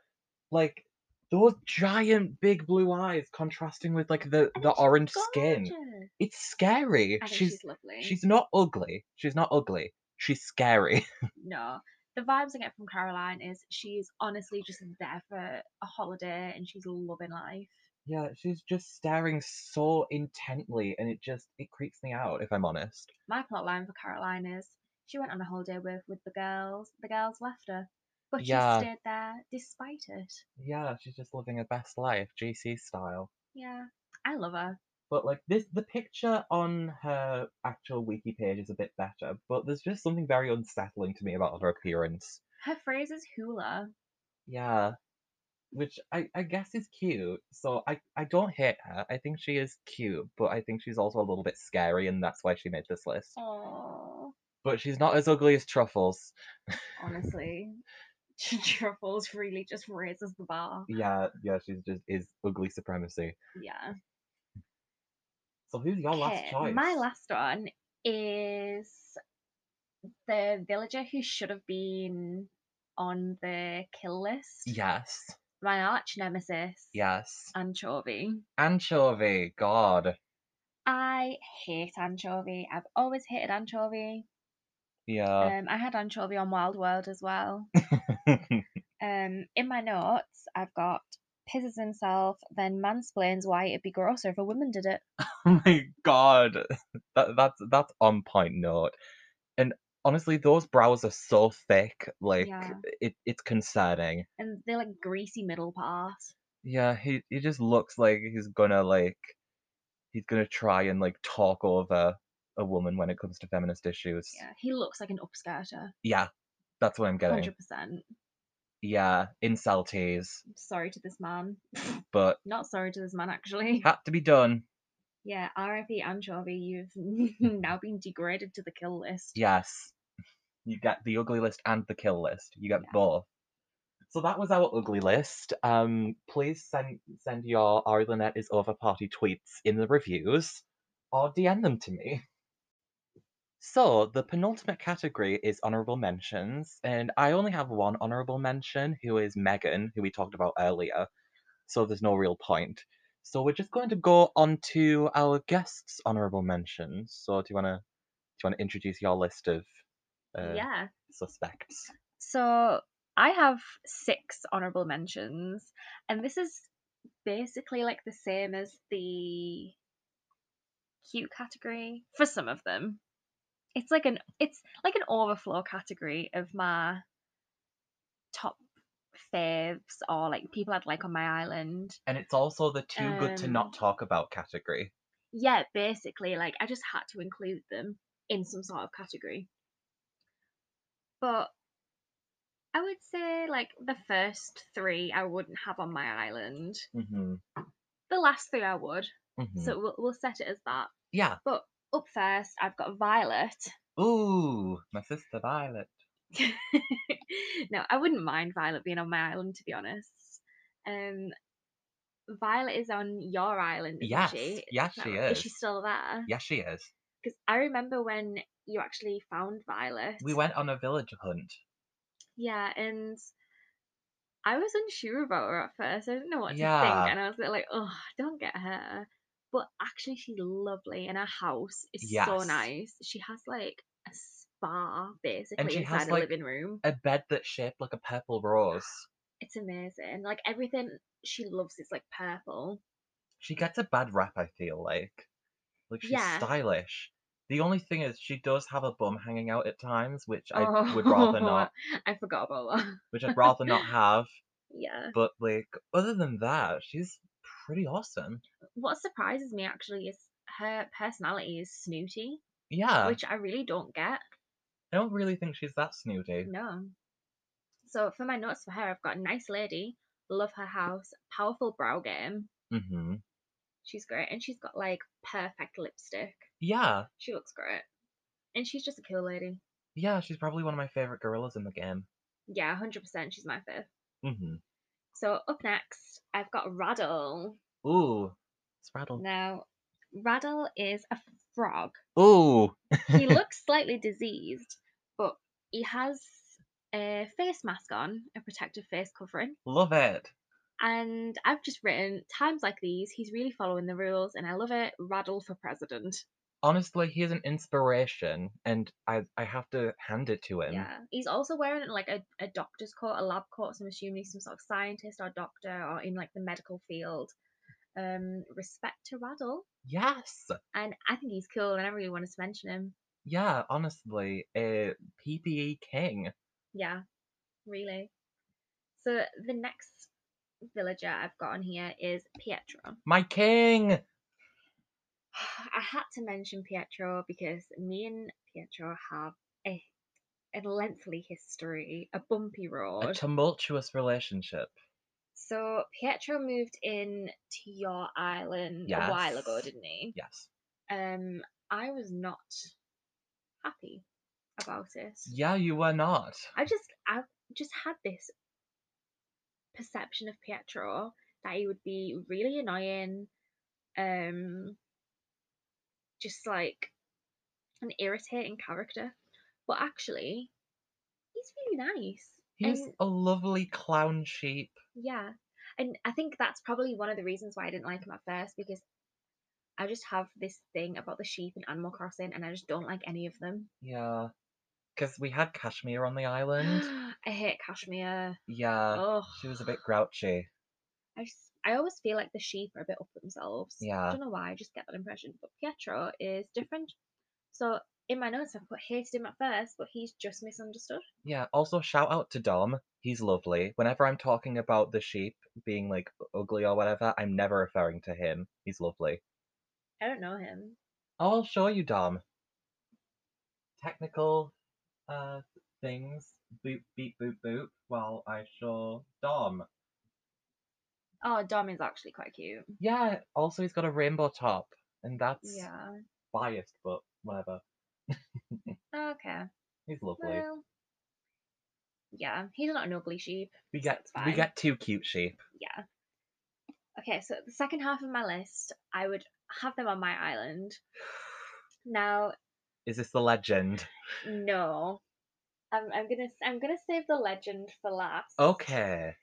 like, those giant big blue eyes contrasting with like the, the orange skin.
Gorgeous.
It's scary.
I think she's,
She's
lovely.
She's not ugly. She's not ugly. She's scary.
no. The vibes I get from Caroline is she's honestly just there for a holiday and she's loving life.
Yeah, she's just staring so intently and it just it creeps me out if I'm honest.
My plot line for Caroline is she went on a holiday with with the girls. The girls left her, but
Yeah.
she stayed there despite it.
Yeah, she's just living her best life, GC style.
Yeah, I love her.
But like this the picture on her actual wiki page is a bit better, but there's just something very unsettling to me about her appearance.
Her phrase is hula.
Yeah. Which I, I guess is cute. So I, I don't hate her. I think she is cute, but I think she's also a little bit scary and that's why she made this list.
Oh,
But she's not as ugly as Truffles.
honestly, truffles really just raises the bar.
Yeah, yeah, she's just is ugly supremacy.
Yeah.
So who's your last
Okay,
choice?
My last one is the villager who should have been on the kill list.
Yes,
My arch nemesis. Uh,
yes.
Anchovy.
Anchovy, God.
I hate anchovy. I've always hated anchovy.
Yeah.
Um, I had anchovy on Wild World as well. Um, in my notes, I've got pisses himself, then mansplains why it'd be grosser if a woman did it.
oh my god. That that's that's on point note. And honestly, those brows are so thick, like
Yeah.
it, it's concerning.
And they're like greasy middle part.
Yeah, he he just looks like he's gonna like he's gonna try and like talk over a woman when it comes to feminist issues.
Yeah, he looks like an upskirter.
Yeah, that's what I'm getting.
Hundred percent.
Yeah, incel tease,
Sorry to this man.
but
Not sorry to this man actually.
had to be done.
Yeah, RFE anchovy, you've now been degraded to the kill list.
Yes. You get the ugly list and the kill list. You get
Yeah.
both. So that was our ugly list. Um, please send send your Ari Lynette is over party tweets in the reviews or DM them to me. So the penultimate category is honorable mentions, and I only have one honorable mention, who is Megan, who we talked about earlier. So there's no real point. So we're just going to go on to our guests' honorable mentions. So do you wanna do you wanna introduce your list of uh,
yeah.
suspects?
So I have six honorable mentions, and this is basically like the same as the cute category for some of them. It's like an it's like an overflow category of my top faves or like people I'd like on my island.
And it's also the too good to
Um,
not talk about category.
yeah, basically, like I just had to include them in some sort of category. But I would say like the first three I wouldn't have on my island.
Mm-hmm.
The last three I would. So we'll, we'll set it as that.
yeah.
Up first, I've got Violet.
Ooh, my sister Violet.
no, I wouldn't mind Violet being on my island to be honest. Um, Violet is on your island, isn't
Yes,
she?
yes,
Now,
she
Is she
is.
still there?
Yes, she is.
Because I remember when you actually found Violet.
We went on a village hunt.
Yeah, and I was unsure about her at first. I didn't know what to
Yeah.
think, and I was a bit like, "Oh, don't get her." But actually, she's lovely, and her house is so
Yes.
nice. She has like a spa basically
she
inside
has,
her
like-
living room.
A bed that's shaped like a purple rose.
It's amazing. Like everything she loves is like purple.
She gets a bad rap, I feel like. Like she's
Yeah.
stylish. The only thing is she does have a bum hanging out at times, which I would rather not
I forgot about that.
which I'd rather not have.
Yeah.
But like other than that, she's pretty awesome.
What surprises me actually is her personality is snooty,
Yeah.
which I really don't get.
I don't really think she's that snooty.
No. So for my notes for her, I've got nice lady, love her house, powerful brow game.
Mm-hmm.
She's great, and she's got like perfect lipstick.
Yeah.
She looks great, and she's just a cool lady.
Yeah, she's probably one of my favorite gorillas in the game.
Yeah, hundred percent, she's my fave.
Mm-hmm.
So up next, I've got Raddle.
Ooh. Spraddle.
Now, Raddle is a frog.
Ooh.
He looks slightly diseased, but he has a face mask on, a protective face covering.
Love it.
And I've just written times like these, he's really following the rules, and I love it. Raddle for president.
Honestly, he is an inspiration and I I have to hand it to him.
Yeah, he's also wearing like a, a doctor's coat, a lab coat. So I'm assuming he's some sort of scientist or doctor or in like the medical field. Um, respect to Raddle,
Yes.
and I think he's cool, and I really wanted to mention him.
Yeah, honestly, uh, PPE King.
Yeah, really. So the next villager I've got on here is Pietro.
My king!
I had to mention Pietro because me and Pietro have a, a lengthy history, a bumpy
A
road.
tumultuous relationship.
so Pietro moved in to your island a while ago,
Yes.
didn't he?
Yes.
Um, I was not happy about it.
Yeah, you were not.
I just, I just had this perception of Pietro that he would be really annoying, um, just like an irritating character. But actually, he's really nice.
He's
And-
a lovely clown sheep.
Yeah, and I think that's probably one of the reasons why I didn't like him at first because I just have this thing about the sheep in Animal Crossing, and I just don't like any of them.
Yeah. because we had Kashmir on the island.
I hate Kashmir.
Yeah,
Oh,
she was a bit grouchy.
I just, I always feel like the sheep are a bit up themselves. I
Yeah.
don't know why. I just get that impression. But Pietro is different. So in my notes, I put hated him at first, but he's just misunderstood.
Yeah, also shout out to Dom. He's lovely. Whenever I'm talking about the sheep being like ugly or whatever, I'm never referring to him. He's lovely.
I don't know him.
Oh, I'll show you, Dom. Technical uh things. Boop beep boop boop while I show Dom.
Oh, Dom is actually quite cute.
Yeah, also he's got a rainbow top, and that's
Yeah.
biased, but whatever.
Okay.
He's lovely.
Well. Yeah, he's not an ugly sheep.
we
so
get
it's
we
fine.
get two cute sheep.
yeah. Okay, so the second half of my list, I would have them on my island. Now,
Is this the legend?
no, I'm, I'm gonna I'm gonna save the legend for last.
Okay.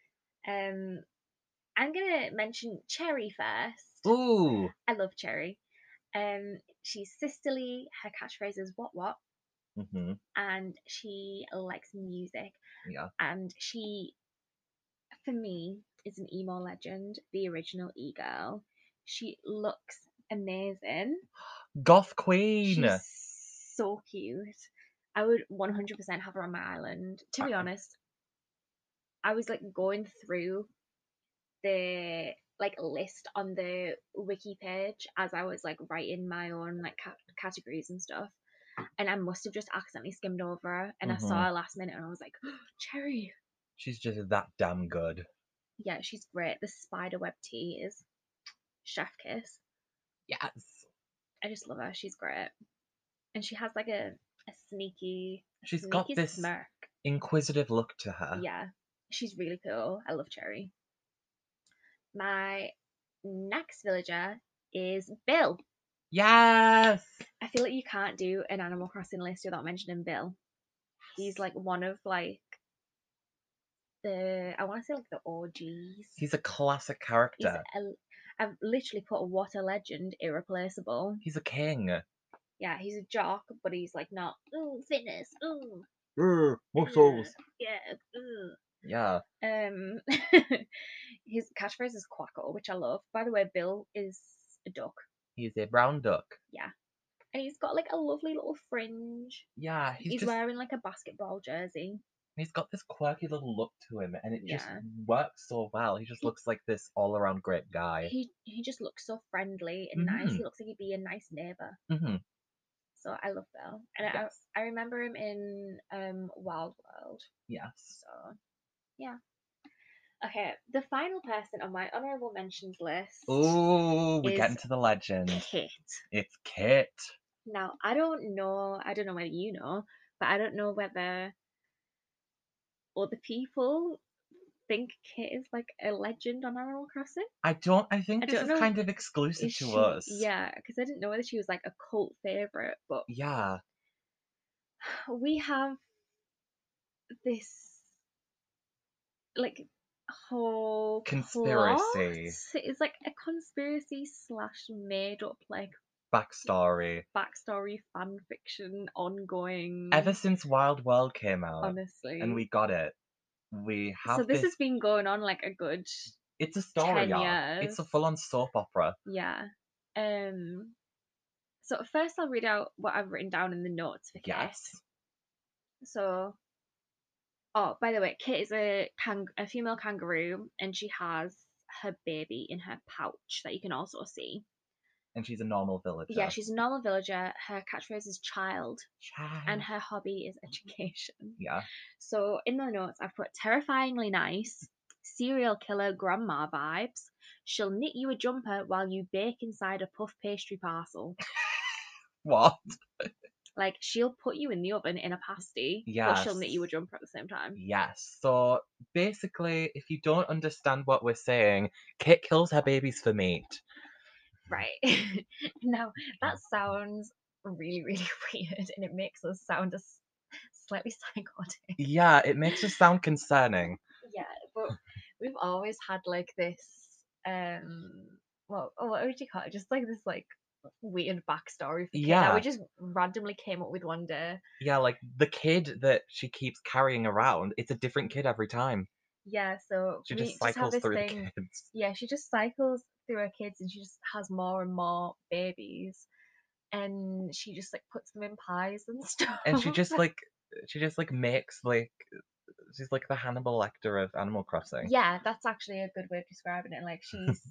Um, I'm gonna mention Cherry first.
Ooh.
I love Cherry. Um, she's sisterly. Her catchphrase is "What what,"
hmm
and she likes music.
Yeah.
And she, for me, is an emo legend, the original e girl. She looks amazing.
Goth queen.
She's so cute. I would 100% have her on my island. To be
Uh,
honest, I was like going through the like list on the wiki page as I was like writing my own like cat- categories and stuff. And I must have just accidentally skimmed over her and I saw
Mhm.
her last minute and I was like, Cherry.
She's just that damn good.
Yeah, she's great. The spider web tea is chef kiss.
Yes.
I just love her. She's great. And she has like a, a sneaky
She's
sneaky
got this
smirk.
inquisitive look to her.
Yeah. She's really cool. I love Cherry. My next villager is Bill.
Yes.
I feel like you can't do an Animal Crossing list without mentioning Bill. He's like one of like the I want to say like the OGs.
He's a classic
He's
character.
a- I've literally put what a legend, irreplaceable.
He's a king.
Yeah, he's a jock, but he's like not ooh fitness, ooh Mm, "Ugh, Yeah. ugh."
Yeah.
Um, his catchphrase is quackle, which I love. By the way, Bill is a duck,
He's a brown duck.
and he's got like a lovely little fringe.
Yeah. He's,
He's,
just
wearing like a basketball jersey.
he's got this quirky little look to him, and it just
Yeah.
works so well. He just looks like this all around great guy.
He he just looks so friendly and nice.
Mm-hmm.
He looks like he'd be a nice neighbor.
hmm
So I love Bill, and
Yes.
I I remember him in um Wild World.
Yes.
So yeah. Okay, the final person on my honorable mentions list
Ooh, we get
is
into the legend.
Kit.
It's Kit.
Now, I don't know, I don't know whether you know, but I don't know whether other people think Kit is like a legend on Animal Crossing.
I don't. I think
I
this
don't
is
know,
kind of exclusive
Is
to
she-
us.
Yeah, because I didn't know whether she was like a cult favorite, but
Yeah.
we have this like whole
Conspiracy.
plot. It's like a conspiracy slash made up like
Backstory.
backstory fan fiction ongoing.
Ever since Wild World came out,
honestly,
and we got it. We have
so this,
this
has been going on like a good
it's a story
10
arc. It's a
years.
full on soap opera.
yeah um so first i'll read out what i've written down in the notes for kit
Yes.
so oh by the way kit is a kang- a female kangaroo and she has her baby in her pouch that you can also see
And she's a normal villager.
yeah she's a normal villager her catchphrase is child
Child.
and her hobby is education
Yeah.
So in the notes, I've put terrifyingly nice, serial killer grandma vibes. She'll knit you a jumper while you bake inside a puff pastry parcel.
What?
Like she'll put you in the oven in a pasty, but she'll knit you a
Yes.
jumper at the same time.
Yes. So basically, if you don't understand what we're saying, Kit kills her babies for meat.
Right. now that sounds really, really weird, and it makes us sound a s- slightly psychotic.
Yeah, it makes us sound concerning.
Yeah, but we've oh, always had like this um well what would you call it? Just like this like weird backstory for the kid
Yeah.
that we just randomly came up with one day.
Yeah, like the kid that she keeps carrying around, it's a different kid every time.
Yeah, so
She
we
just
have
cycles
this
through
thing-
the kids.
yeah, she just cycles through her kids and she just has more and more babies. And she just like puts them in pies and stuff.
And she just like she just like makes like she's like the Hannibal Lecter of Animal Crossing.
Yeah, that's actually a good way of describing it. Like she's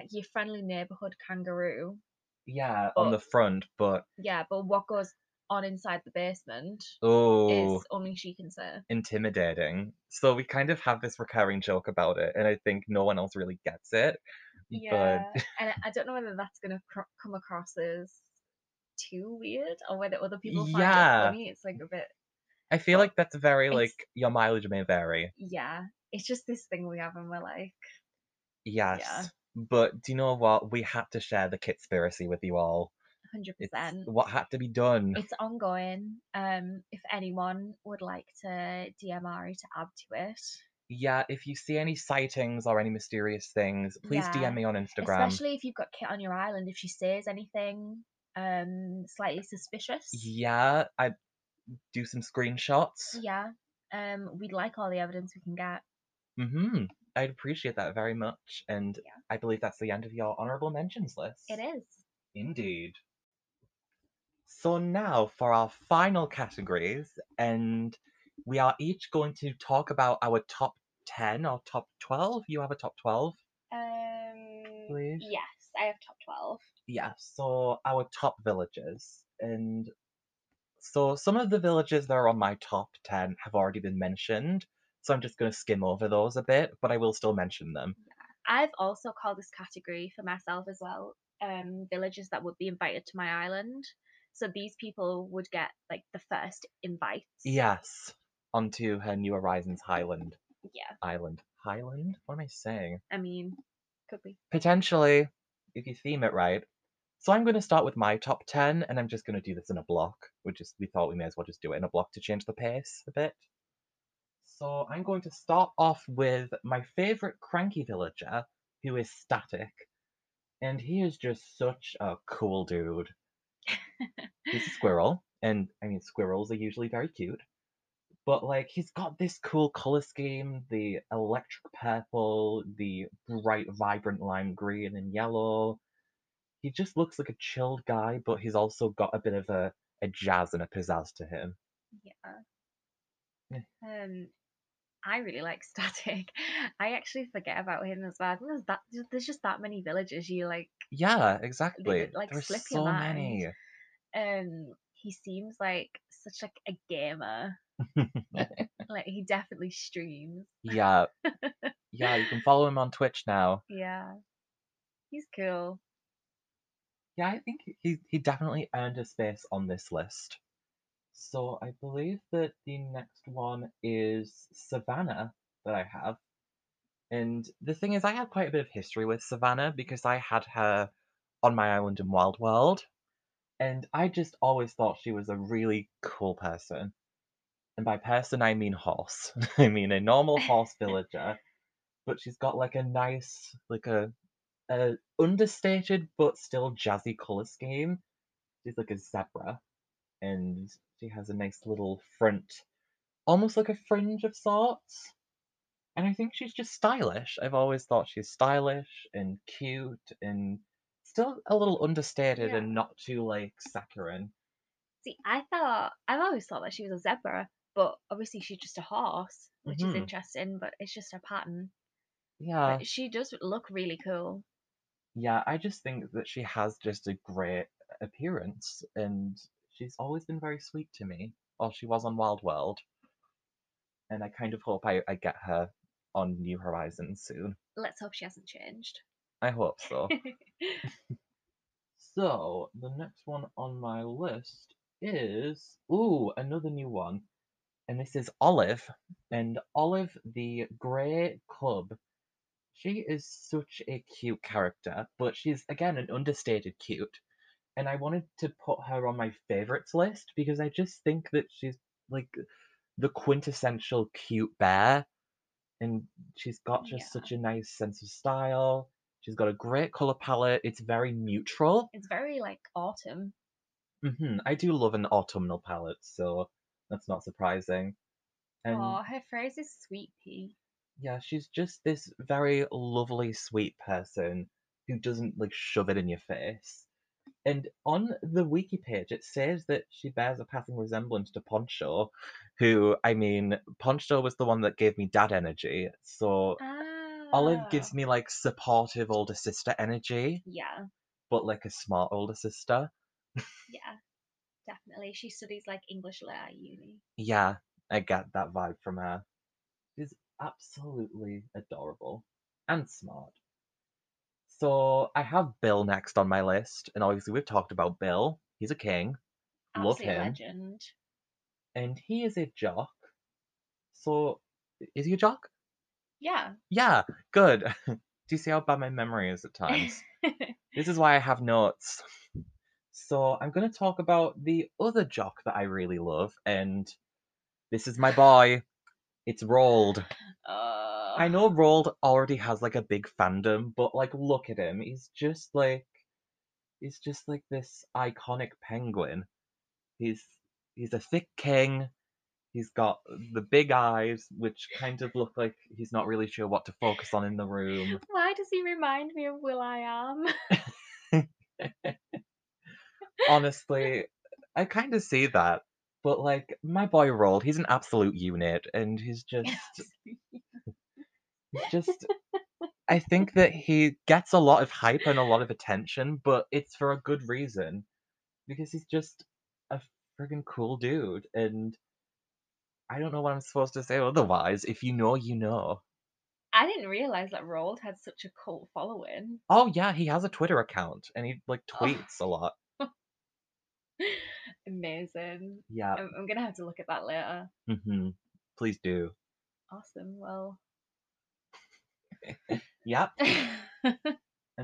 like your friendly neighborhood kangaroo.
Yeah, on the front, but
Yeah, but what goes on inside the basement
oh
is only she can say.
intimidating. So we kind of have this recurring joke about it, and I think no one else really gets it.
Yeah, and I- I don't know whether that's gonna cr- come across as too weird or whether other people find
Yeah.
it funny. It's like a bit
But I feel
Well,
like that's very
it's-
like your mileage may vary.
yeah. It's just this thing we have and we're like,
Yes. But do you know what? We had to share the conspiracy with you all.
hundred
It's
percent.
what had to be done.
It's ongoing. Um, if anyone would like to DM Ari to add to it,
Yeah, if you see any sightings or any mysterious things, please
Yeah,
DM me on Instagram.
especially if you've got Kit on your island, if she says anything um slightly suspicious,
Yeah, I do some screenshots.
yeah, um, we'd like all the evidence we can get.
hmm I'd appreciate that very much. And
Yeah.
I believe that's the end of your honorable mentions list.
It is.
Indeed. So now for our final categories, and we are each going to talk about our top 10 or top 12. You have a top 12?
Um,
Please.
yes, I have top twelve.
yeah, so our top villages. And so some of the villages that are on my top 10 have already been mentioned. So I'm just going to skim over those a bit, but I will still mention them.
I've also called this category for myself as well um, villages that would be invited to my island. So these people would get like the first invites.
Yes, onto her New Horizons Highland.
Yeah.
Island. Highland? What am I saying?
I mean, could be.
Potentially, if you theme it right. So I'm going to start with my top 10, and I'm just going to do this in a block. We just we thought we may as well just do it in a block to change the pace a bit. So I'm going to start off with my favorite cranky villager, who is Static, and he is just such a cool dude. He's a squirrel, and I mean squirrels are usually very cute, but like he's got this cool color scheme: the electric purple, the bright, vibrant lime green and yellow. He just looks like a chilled guy, but he's also got a bit of a, a jazz and a pizzazz to him.
Yeah.
Yeah.
Um, I really like Static. I actually forget about him as well. I think There's that. There's just that many villages. You like.
Yeah, exactly.
like,
there are
slip
so
your mind.
many.
Um, he seems like such like a gamer. like he definitely streams.
Yeah. Yeah, you can follow him on Twitch now.
Yeah. He's cool.
Yeah, I think he he definitely earned a space on this list. So I believe that the next one is Savannah that I have. And the thing is I have quite a bit of history with Savannah because I had her on my island in Wild World. And I just always thought she was a really cool person. And by person I mean horse. I mean a normal horse villager. But she's got like a nice like a a understated but still jazzy color scheme. She's like a zebra, and she has a nice little front, almost like a fringe of sorts. And I think she's just stylish. I've always thought she's stylish and cute and still a little understated
Yeah.
and not too like saccharine.
See, I thought I've always thought that she was a zebra, but obviously she's just a horse, which
Mhm.
is interesting. But it's just a pattern.
Yeah.
but she does look really cool.
Yeah, I just think that she has just a great appearance, and she's always been very sweet to me, or she was on Wild World. And I kind of hope I, I get her on New Horizons soon.
Let's hope she hasn't changed.
I hope so. so, the next one on my list is. Ooh, another new one. And this is Olive. And Olive, the Grey Cub. She is such a cute character, but she's, again, an understated cute. and I wanted to put her on my favorites list because I just think that she's like the quintessential cute bear, and she's got just
Yeah.
such a nice sense of style. She's got a great color palette. It's very neutral.
It's very like autumn.
hmm I do love an autumnal palette, so that's not surprising. And
oh, her phrase is sweet pea.
yeah, she's just this very lovely, sweet person who doesn't like shove it in your face. And on the wiki page, it says that she bears a passing resemblance to Poncho, who, I mean, Poncho was the one that gave me dad energy. So
Ah.
Olive gives me like supportive older sister energy,
Yeah,
but like a smart older sister.
yeah, definitely. She studies like English lit at uni.
Yeah, I get that vibe from her. She's absolutely adorable and smart. So I have Bill next on my list, and obviously we've talked about Bill. He's a king, Love
Absolute
him.
legend.
and he is a jock. So is he a jock?
Yeah.
Yeah, good. Do you see how bad my memory is at times? this is why I have notes. So I'm going to talk about the other jock that I really love, and this is my boy. It's Rold.
Oh.
I know Rold already has like a big fandom, but like, look at him. He's just like, he's just like this iconic penguin. He's he's a thick king. He's got the big eyes, which kind of look like he's not really sure what to focus on in the room.
Why does he remind me of Will I Am?
honestly, I kind of see that. But like my boy Rold, he's an absolute unit, and he's just, he's just. I think that he gets a lot of hype and a lot of attention, but it's for a good reason, because he's just a friggin' cool dude, and I don't know what I'm supposed to say otherwise. If you know, you know.
I didn't realize that Roald had such a cult following.
Oh yeah, he has a Twitter account, and he like
Oh.
tweets a lot.
Amazing.
Yeah.
I'm, I'm gonna have to look at that later.
hmm Please do.
Awesome. Well.
Yep. And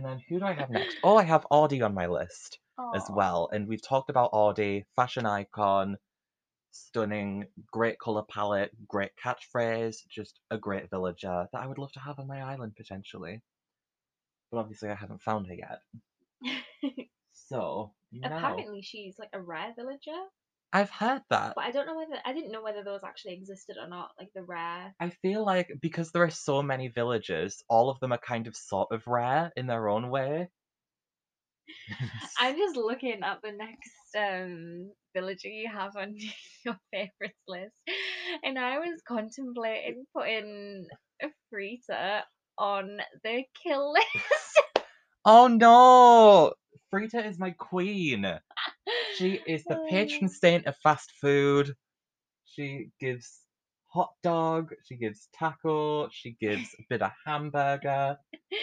then who do I have next? Oh, I have Audie on my list as
Aw.
well. And we've talked about Audie, fashion icon, stunning, great colour palette, great catchphrase, just a great villager that I would love to have on my island potentially. But obviously, I haven't found her yet. So now
Apparently, she's like a rare villager,
I've heard that.
but I don't know whether I didn't know whether those actually existed or not. Like the rare.
I feel like because there are so many villagers, all of them are kind of sort of rare in their own way.
I'm just looking at the next um villager you have on your favorites list, and I was contemplating putting a Frita on the kill list.
oh no! Frita is my queen. She is the
Oh.
patron saint of fast food. She gives hot dog, she gives taco, she gives a bit of hamburger.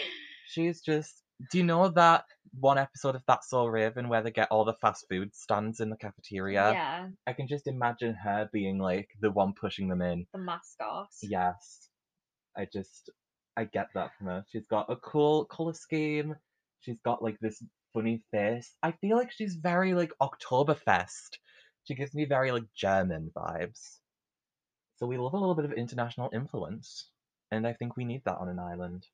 She's just. Do you know that one episode of That's So Raven where they get all the fast food stands in the cafeteria?
Yeah,
I can just imagine her being like the one pushing them in.
the mascot.
Yes. I just I get that from her. She's got a cool colour scheme. She's got like this funny face. I feel like she's very like Oktoberfest. She gives me very like German vibes. So we love a little bit of international influence. And I think we need that on an island.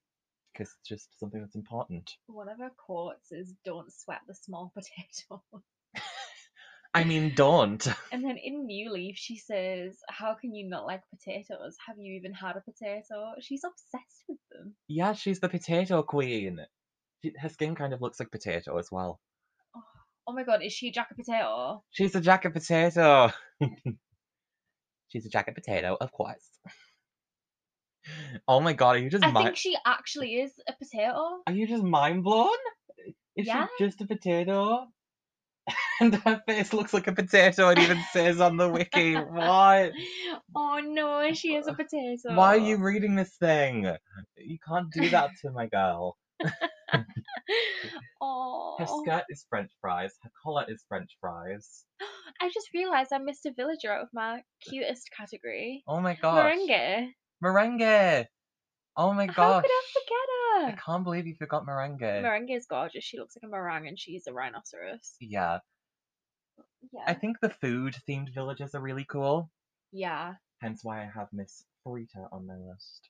Because it's just something that's important.
One of her quotes is "Don't sweat the small potato."
I mean don't.
And then in New Leaf, she says, How can you not like potatoes? Have you even had a potato? She's obsessed with them.
yeah, she's the potato queen. She, her skin kind of looks like potato as well.
Oh my god, is she Jack a potato?
She's a jacket potato. She's a jacket potato, of course. Oh my god, are you just
I
mi-
think she actually is a potato.
are you just mind blown? Is
Yeah.
she just a potato? and her face looks like a potato. It even says on the wiki, "What?
Oh no, she is a potato.
Why are you reading this thing? You can't do that to my girl." Her
Oh,
skirt is French fries. Her collar is French fries.
I just realised I missed a villager out of my cutest category.
Oh my gosh,
Merengue.
merengue! Oh my
How
gosh,
could I
I
forget
can't believe you forgot merengue.
her? Merengue is gorgeous. She looks like a meringue and she's a rhinoceros.
Yeah,
Yeah.
I think the food themed villages are really cool,
yeah.
hence why I have Miss Frita on my list.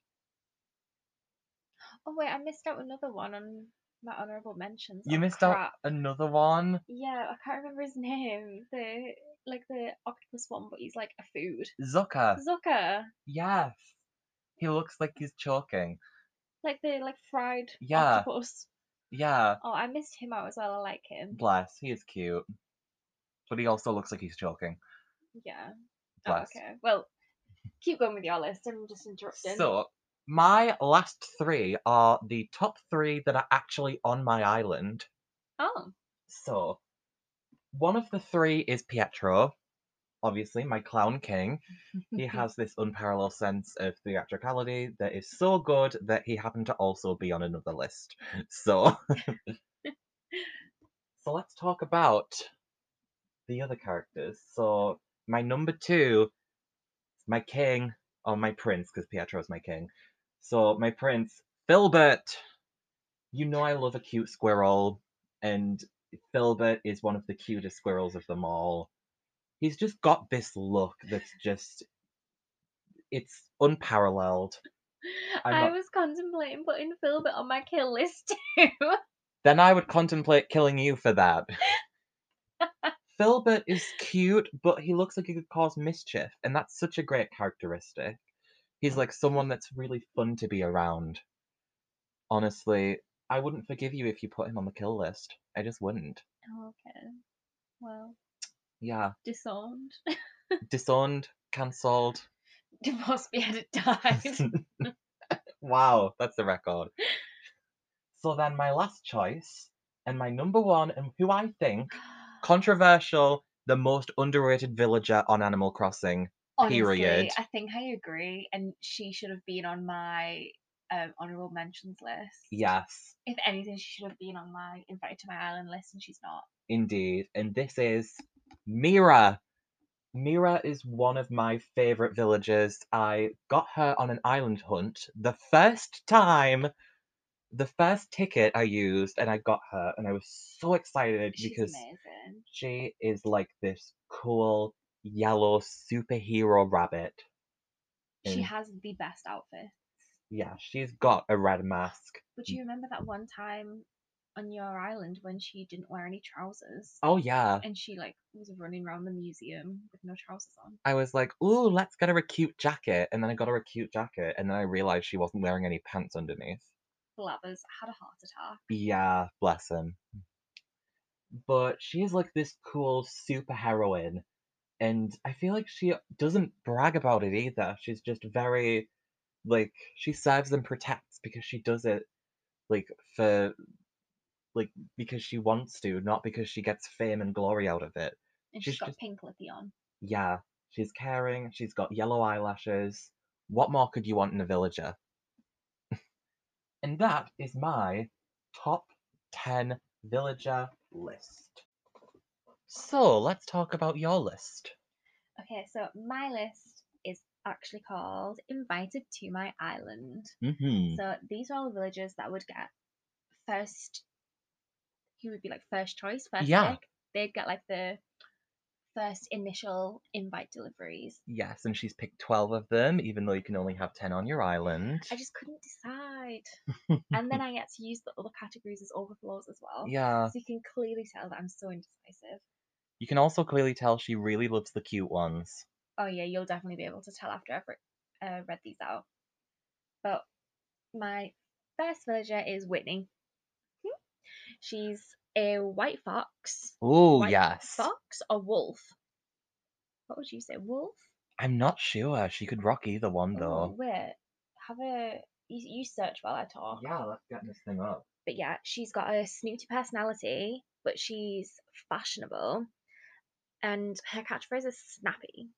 Oh wait, I missed out another one on my honourable mentions.
You
Oh,
missed out
crap.
another one.
Yeah, I can't remember his name. The like the octopus one, but he's like a food.
Zucker.
Zucker,
Yes. He looks like he's choking.
like the like fried
Yeah.
octopus.
Yeah.
Oh, I missed him out as well. I like him.
Bless. He is cute. But he also looks like he's choking.
Yeah. Oh,
Bless.
okay. Well, keep going with your list. I'm just interrupting.
So, my last three are the top three that are actually on my island.
oh,
So, one of the three is Pietro, obviously, my clown king. He has this unparalleled sense of theatricality that is so good that he happened to also be on another list. So, so let's talk about the other characters. So, my number two, my king, or my prince, because Pietro is my king. So, my prince, Filbert. You know, I love a cute squirrel, and Filbert is one of the cutest squirrels of them all. He's just got this look that's just it's unparalleled. I'm
I
not-
was contemplating putting Philbert on my kill list too.
Then I would contemplate killing you for that. Filbert is cute, but he looks like he could cause mischief, and that's such a great characteristic. He's like someone that's really fun to be around. Honestly, I wouldn't forgive you if you put him on the kill list. I just wouldn't.
Oh, okay. Well,
Yeah.
disowned.
Disowned, cancelled,
Divorce beheaded died.
wow, that's the record. So then my last choice and my number one and who I think controversial the most underrated villager on Animal Crossing.
Honestly,
period.
I think I agree, and she should have been on my um, honorable mentions list.
Yes,
If anything, she should have been on my invited to my island list, and she's not.
indeed. And this is Mira. Mira is one of my favorite villagers. I got her on an island hunt the first time the first ticket I used and I got her and I was so excited
She's
because
amazing.
she is like this cool yellow superhero rabbit.
She
and-
has the best outfit.
Yeah, she's got a red mask.
But you remember that one time on your island when she didn't wear any trousers,
Oh yeah.
and she like was running around the museum with no trousers on.
I was like, ooh, let's get her a cute jacket. And then I got her a cute jacket. And then I realized she wasn't wearing any pants underneath.
Blathers had a heart attack.
Yeah, bless him. But she is like this cool super heroine. And I feel like she doesn't brag about it either. She's just very, like, she serves and protects because she does it, like, for, like, because she wants to, not because she gets fame and glory out of it.
And
She's
she's got
just-
pink lippy on.
Yeah, she's caring, she's got yellow eyelashes. What more could you want in a villager? and that is my top 10 villager list. So let's talk about your list.
Okay, so my list is actually called Invited to My Island.
Mm-hmm.
So these are all the villagers that would get first. Who would be like first choice, first
Yeah.
pick? They'd get like the first initial invite deliveries.
Yes, and she's picked 12 of them, even though you can only have 10 on your island.
I just couldn't decide, and then I get to use the other categories as overflows as well.
Yeah,
So you can clearly tell that I'm so indecisive.
you can also clearly tell she really loves the cute ones.
oh yeah, you'll definitely be able to tell after I've re- uh, read these out. But my first villager is Whitney. She's a white fox.
Oh,
White
yes.
Fox or wolf? What would you say, wolf?
I'm not sure. She could rock either one,
Oh,
though.
wait, have a you, you search while I talk.
Yeah, let's get this thing up.
But yeah, she's got a snooty personality, but she's fashionable, and her catchphrase is snappy.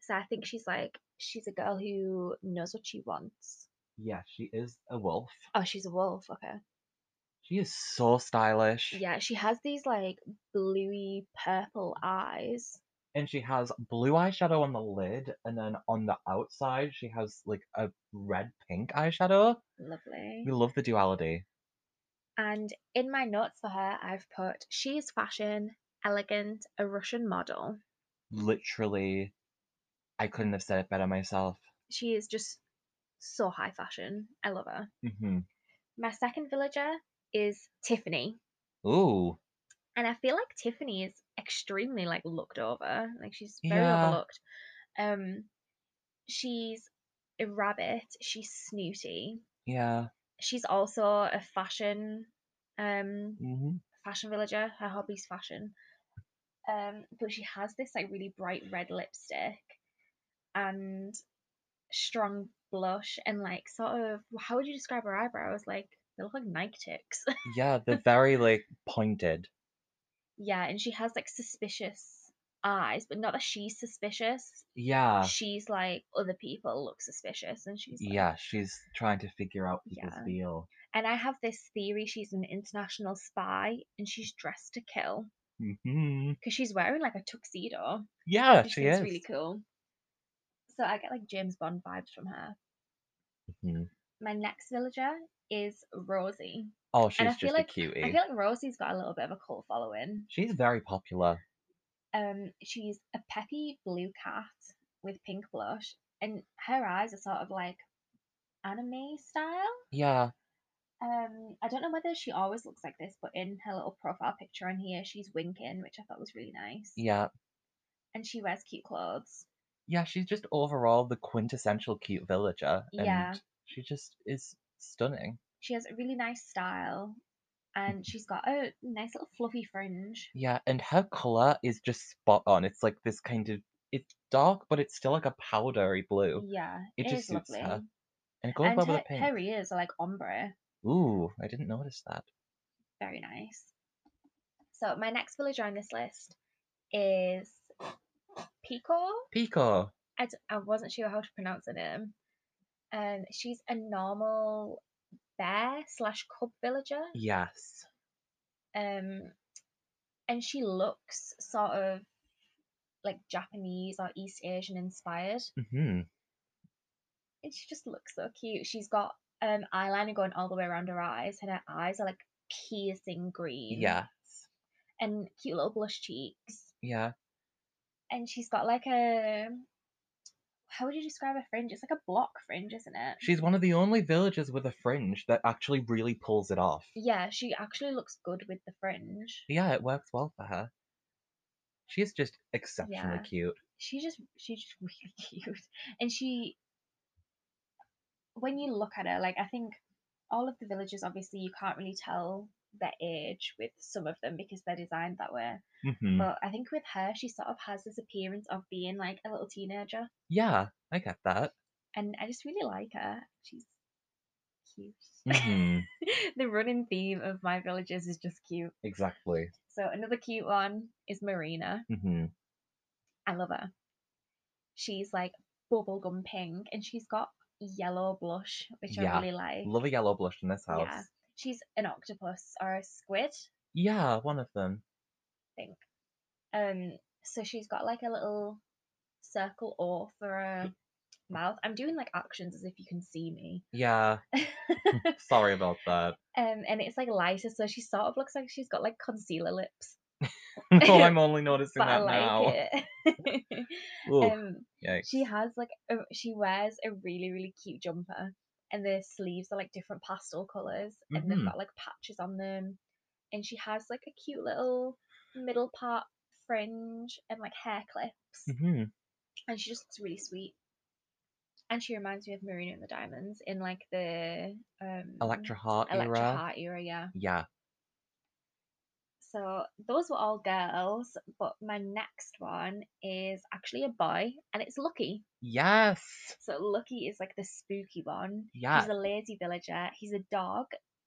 So I think she's like she's a girl who knows what she wants.
Yeah, she is a wolf.
Oh, she's a wolf. Okay.
She is so stylish.
Yeah, she has these like bluey purple eyes.
And she has blue eyeshadow on the lid, and then on the outside, she has like a red pink eyeshadow.
Lovely.
We love the duality.
And in my notes for her, I've put she is fashion, elegant, a Russian model.
Literally, I couldn't have said it better myself.
She is just so high fashion. I love her.
hmm
My second villager is Tiffany.
Ooh.
And I feel like Tiffany is extremely like looked over. Like she's very
Yeah.
overlooked. Um she's a rabbit, she's snooty.
Yeah.
She's also a fashion um
hmm
fashion villager. Her hobby's fashion. Um, but she has this like really bright red lipstick and strong blush and like sort of how would you describe her eyebrows? Like they look like Nike ticks.
Yeah, they're very like pointed.
yeah, and she has like suspicious eyes, but not that she's suspicious.
Yeah.
She's like other people look suspicious, and she's like,
Yeah, she's trying to figure out people's
Yeah.
deal.
And I have this theory: she's an international spy, and she's dressed to kill
hmm
because she's wearing like a tuxedo.
Yeah,
which
she
seems
is.
really cool. So I get like James Bond vibes from her.
Mhm.
My next villager is Rosie.
Oh, she's
I
just a
feel like- I
cutie.
I feel like Rosie's got a little bit of a cult following.
She's very popular.
Um, she's a peppy blue cat with pink blush, and her eyes are sort of like anime style.
Yeah.
Um, I don't know whether she always looks like this, but in her little profile picture on here, she's winking, which I thought was really nice.
Yeah.
And she wears cute clothes.
Yeah, she's just overall the quintessential cute villager. And
Yeah.
she just is stunning.
She has a really nice style,
Mm-hmm.
and she's got a nice little fluffy fringe.
Yeah, and her colour is just spot on. It's like this kind of it's dark, but it's still like a powdery blue.
Yeah,
It
it
just
is
suits
lovely.
her. And it goes well
Mm, and
with
her,
the pink.
her ears are like ombre,
Ooh, I didn't notice that.
very nice. So my next villager on this list is Pico.
Pico.
I, d- I wasn't sure how to pronounce her name. Um, she's a normal bear slash cub villager.
Yes.
Um, and she looks sort of like Japanese or East Asian inspired.
hmm
and she just looks so cute. She's got um eyeliner going all the way around her eyes, and her eyes are like piercing green.
Yes.
And cute little blush cheeks.
Yeah.
And she's got like a how would you describe a fringe? It's like a block fringe, isn't it?
She's one of the only villagers with a fringe that actually really pulls it off.
Yeah, she actually looks good with the fringe.
Yeah, it works well for her. She is just exceptionally
Yeah.
cute.
She just she's just really cute. And she when you look at her, like I think all of the villagers obviously you can't really tell their age with some of them because they're designed that way.
hmm
But I think with her, she sort of has this appearance of being like a little teenager,
Yeah, I get that.
and I just really like her. She's cute.
hmm
the running theme of my villages is just cute.
exactly.
So another cute one is Marina.
hmm
I love her. She's like bubblegum pink, and she's got yellow blush, which
Yeah,
I really like.
Love a yellow blush in this house.
Yeah, she's an octopus or a squid.
Yeah, one of them.
think. Um, so she's got like a little circle or for
Mm.
a mouth. I'm doing like actions as if you can see me.
Yeah, sorry about that.
um, and it's like lighter, so she sort of looks like she's got like concealer lips,
oh, I'm only noticing
but I
that now.
like it.
Ooh,
um,
yikes.
she has like a, she wears a really really cute jumper, and the sleeves are like different pastel colors, and
Mhm.
they've got like patches on them, and she has like a cute little middle part fringe and like hair clips.
hmm
and she just looks really sweet. And she reminds me of Marina and the Diamonds in like the um
Electra Heart
Electra
era.
Heart era, yeah.
Yeah.
So those were all girls, but my next one is actually a boy, and it's Lucky.
Yes.
So Lucky is like the spooky one.
Yeah.
He's a lazy villager. He's a dog,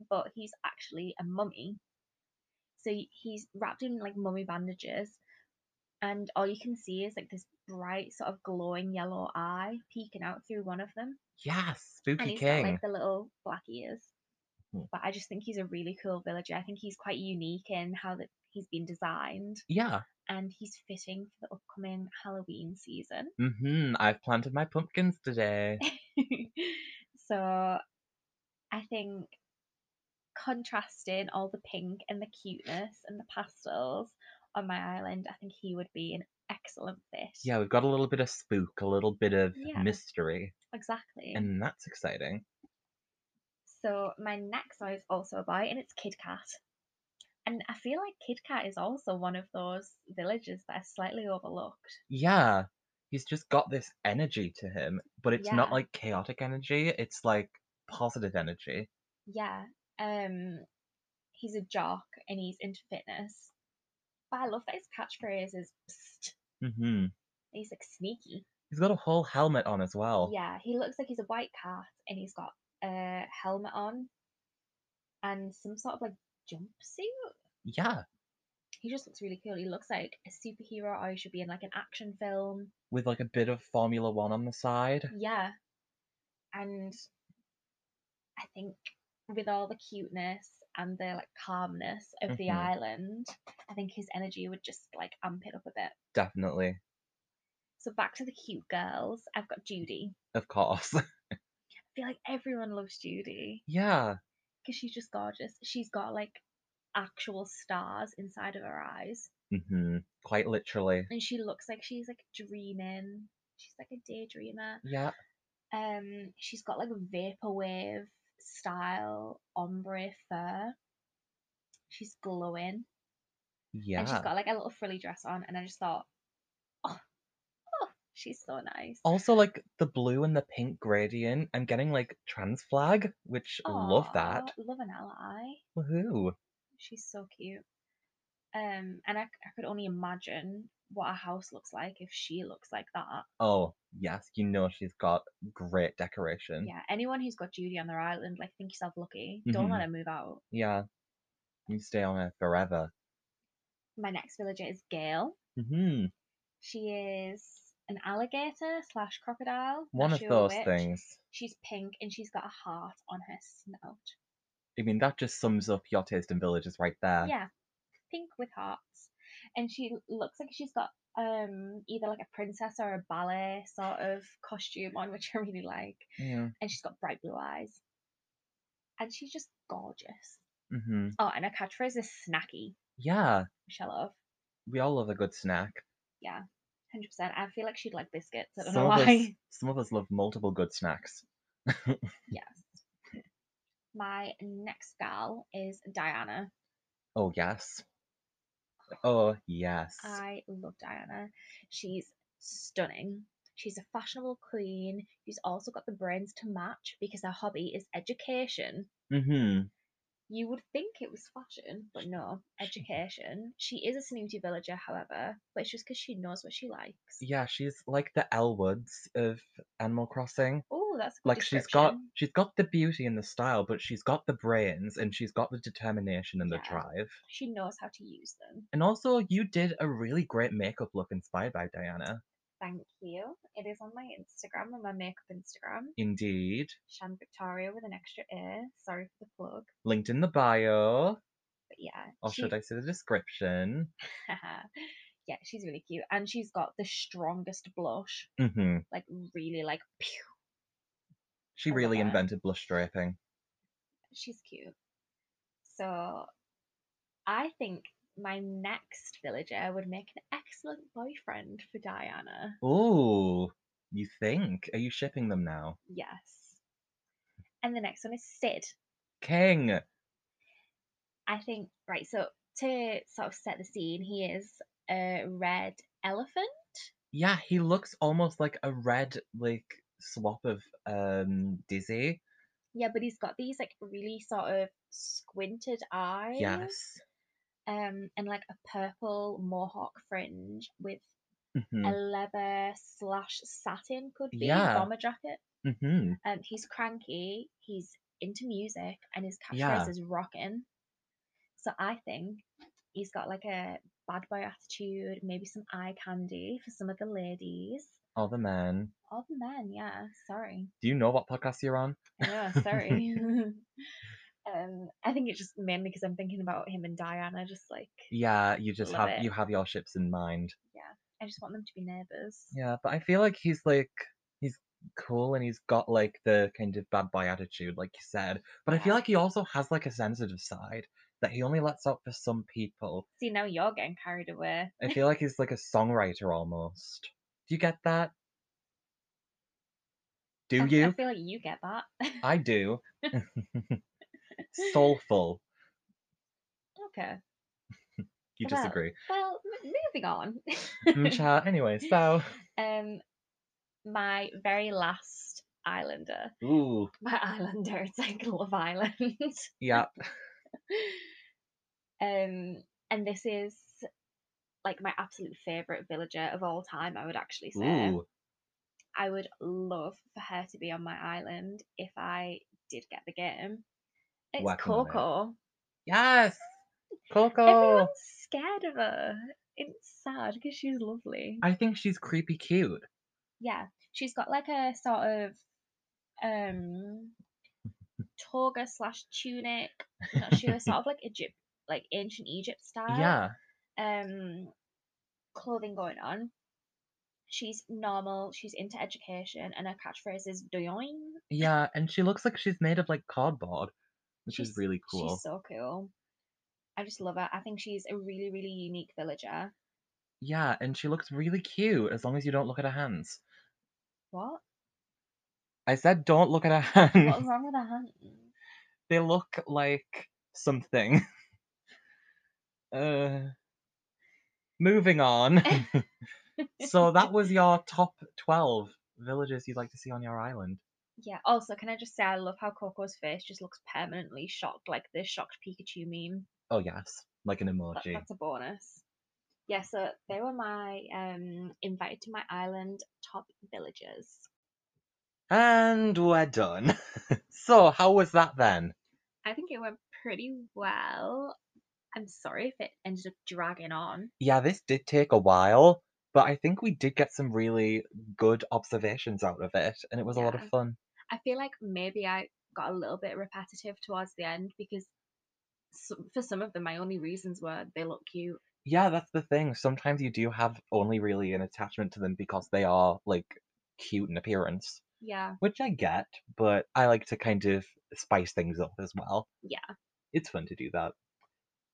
but he's actually a mummy. So y- he's wrapped in like mummy bandages, and all you can see is like this bright sort of glowing yellow eye peeking out through one of them.
Yes.
and
Spooky
he's
King.
got like the little black ears.
Mhm.
But I just think he's a really cool villager. I think he's quite unique in how that he's been designed,
Yeah.
and he's fitting for the upcoming Halloween season.
hmm I've planted my pumpkins today.
so I think contrasting all the pink and the cuteness and the pastels on my island, I think he would be an excellent fit.
Yeah, we've got a little bit of spook, a little bit of
Yeah.
mystery,
exactly.
and that's exciting.
So my next toy is also a boy, and it's Kid Cat. And I feel like Kid Cat is also one of those villages that are slightly overlooked.
Yeah. He's just got this energy to him, but it's not
Yeah.
like chaotic energy, it's like positive energy.
Yeah. Um, he's a jock and he's into fitness. But I love that his catchphrase is psst. Mm-hmm.
hmm
He's like sneaky.
He's got a whole helmet on as well.
Yeah, he looks like he's a white cat and he's got a helmet on and some sort of like jumpsuit.
Yeah,
He just looks really cool. He looks like a superhero or he should be in like an action film.
with like a bit of Formula One on the side.
Yeah. And I think with all the cuteness and the like calmness of the
Mhm.
island, I think his energy would just like amp it up a bit.
Definitely.
So back to the cute girls. I've got Judy.
Of course.
I feel like everyone loves Judy
yeah.
because she's just gorgeous. She's got like actual stars inside of her eyes, Mm-hmm.
hmm Quite literally.
and she looks like she's like dreaming. She's like a daydreamer.
Yeah.
Um, she's got like vaporwave style ombre fur. She's glowing,
Yeah.
and she's got like a little frilly dress on. And I just thought, oh, oh she's so nice.
also like the blue and the pink gradient. I'm getting like trans flag, which Oh, love that.
Aw, Love an ally.
Woohoo.
She's so cute. Um, and I, I could only imagine what a house looks like if she looks like that.
Oh, yes, you know she's got great decoration.
Yeah, anyone who's got Judy on their island, like, think yourself lucky. Don't
Mm-hmm.
let her move out.
Yeah. You stay on her forever.
My next villager is Gail.
hmm
She is an alligator slash crocodile. not
One of
sure
those
which.
things.
She's pink and she's got a heart on her snout.
I mean, that just sums up your taste in villages right there.
yeah, pink with hearts, and she looks like she's got um either like a princess or a ballet sort of costume on, which I really like.
Yeah.
and she's got bright blue eyes. And she's just gorgeous.
hmm
Oh, and her catchphrase is snacky,
Yeah.
which I love.
We all love a good snack.
Yeah, 100%. I feel like she'd like biscuits. I don't
some
know
of us
why.
some of us love multiple good snacks.
yes. My next gal is Diana.
Oh yes. Oh yes.
I love Diana. She's stunning. She's a fashionable queen who's also got the brains to match because her hobby is education.
hmm
You would think it was fashion, but no, education. She is a snooty villager, however, but it's just because she knows what she likes.
Yeah, she's like the Elwoods of Animal Crossing.
Oh, that's a good
Like she's got
description.
she's got the beauty and the style, but she's got the brains and she's got the determination and the
Yeah.
drive.
She knows how to use them.
And also, you did a really great makeup look inspired by Diana.
Thank you. It is on my Instagram, on my makeup Instagram,
Indeed,
Shan Victoria with an extra A. Sorry for the plug,
linked in the bio,
but yeah,
or Oh, should I say the description?
I? yeah, she's really cute, and she's got the strongest blush,
hmm
like really, like pew.
She
I love
really
her.
invented blush draping.
She's cute. So I think my next villager would make an excellent boyfriend for Diana.
Ooh, you think? Are you shipping them now?
Yes. And the next one is Sid.
King.
I think, right, so to sort of set the scene, he is a red elephant.
Yeah, he looks almost like a red like swap of um Dizzy.
Yeah, but he's got these like really sort of squinted eyes.
Yes.
Um, and like a purple mohawk fringe with
hmm
a leather slash satin could be
Yeah.
bomber jacket.
hmm
Um, he's cranky. He's into music, and his catchphrase
Yeah.
is "rocking." So I think he's got like a bad boy attitude, maybe some eye candy for some of the ladies.
All the men.
All the men, yeah. Sorry,
Do you know what podcast you're on?
yeah, sorry. um, I think it's just mainly because I'm thinking about him and Diana. Just like
Yeah, you just
Love
have
it.
you have your ships in mind.
I just want them to be neighbors.
Yeah, but I feel like he's like he's cool and he's got like the kind of bad boy attitude, like you said. But I
Yeah.
feel like he also has like a sensitive side that he only lets out for some people.
See, now you're getting carried away.
I feel like he's like a songwriter almost. Do you get that? Do
I- I
you?
feel like you get that.
I do. Soulful.
okay.
You
Well,
disagree.
Well, m- moving on.
Mm, Chat. Anyway, so.
um, my very last islander.
Ooh.
My islander. It's like Love Island.
Yeah.
um, and this is like my absolute favorite villager of all time. I would actually say.
Ooh.
I would love for her to be on my island if I did get the game. It's
Working on it.
Coco.
Yes. Coco.
Everyone's scared of her. It's sad because she's lovely.
I think she's creepy cute.
Yeah, she's got like a sort of um toga slash tunic. I'm not sure, sort of like Egypt, like ancient Egypt style.
Yeah.
um clothing going on. She's normal. She's into education, and her catchphrase is "Doyoin."
Yeah. And she looks like she's made of like cardboard, which is
She's-
really cool.
She's so cool. I just love her. I think she's a really, really unique villager.
Yeah. And she looks really cute as long as you don't look at her hands.
What?
I said don't look at her hands.
What's wrong with her hand?
they look like something. uh, moving on. so that was your top twelve villages you'd like to see on your island.
Yeah. Also, can I just say I love how Coco's face just looks permanently shocked, like the shocked Pikachu meme.
Oh yes, like an
That,
emoji.
Uh, that's a bonus. Yeah. So they were my um invited to my island top villagers.
And we're done. so how was that then?
I think it went pretty well. I'm sorry if it ended up dragging on.
Yeah, this did take a while, but I think we did get some really good observations out of it, and it was a lot of
Yeah.
fun.
I feel like maybe I got a little bit repetitive towards the end because some, for some of them, my only reasons were they look cute.
Yeah, that's the thing. Sometimes you do have only really an attachment to them because they are like cute in appearance.
Yeah,
which I get, but I like to kind of spice things up as well.
Yeah.
It's fun to do that.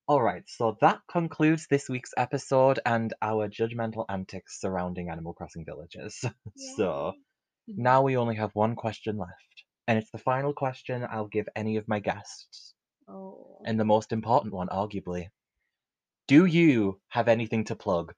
All right, so that concludes this week's episode and our judgmental antics surrounding Animal Crossing villages. So,
Yay.
now we only have one question left, and it's the final question I'll give any of my guests,
oh.
and the most important one, arguably. Do you have anything to plug?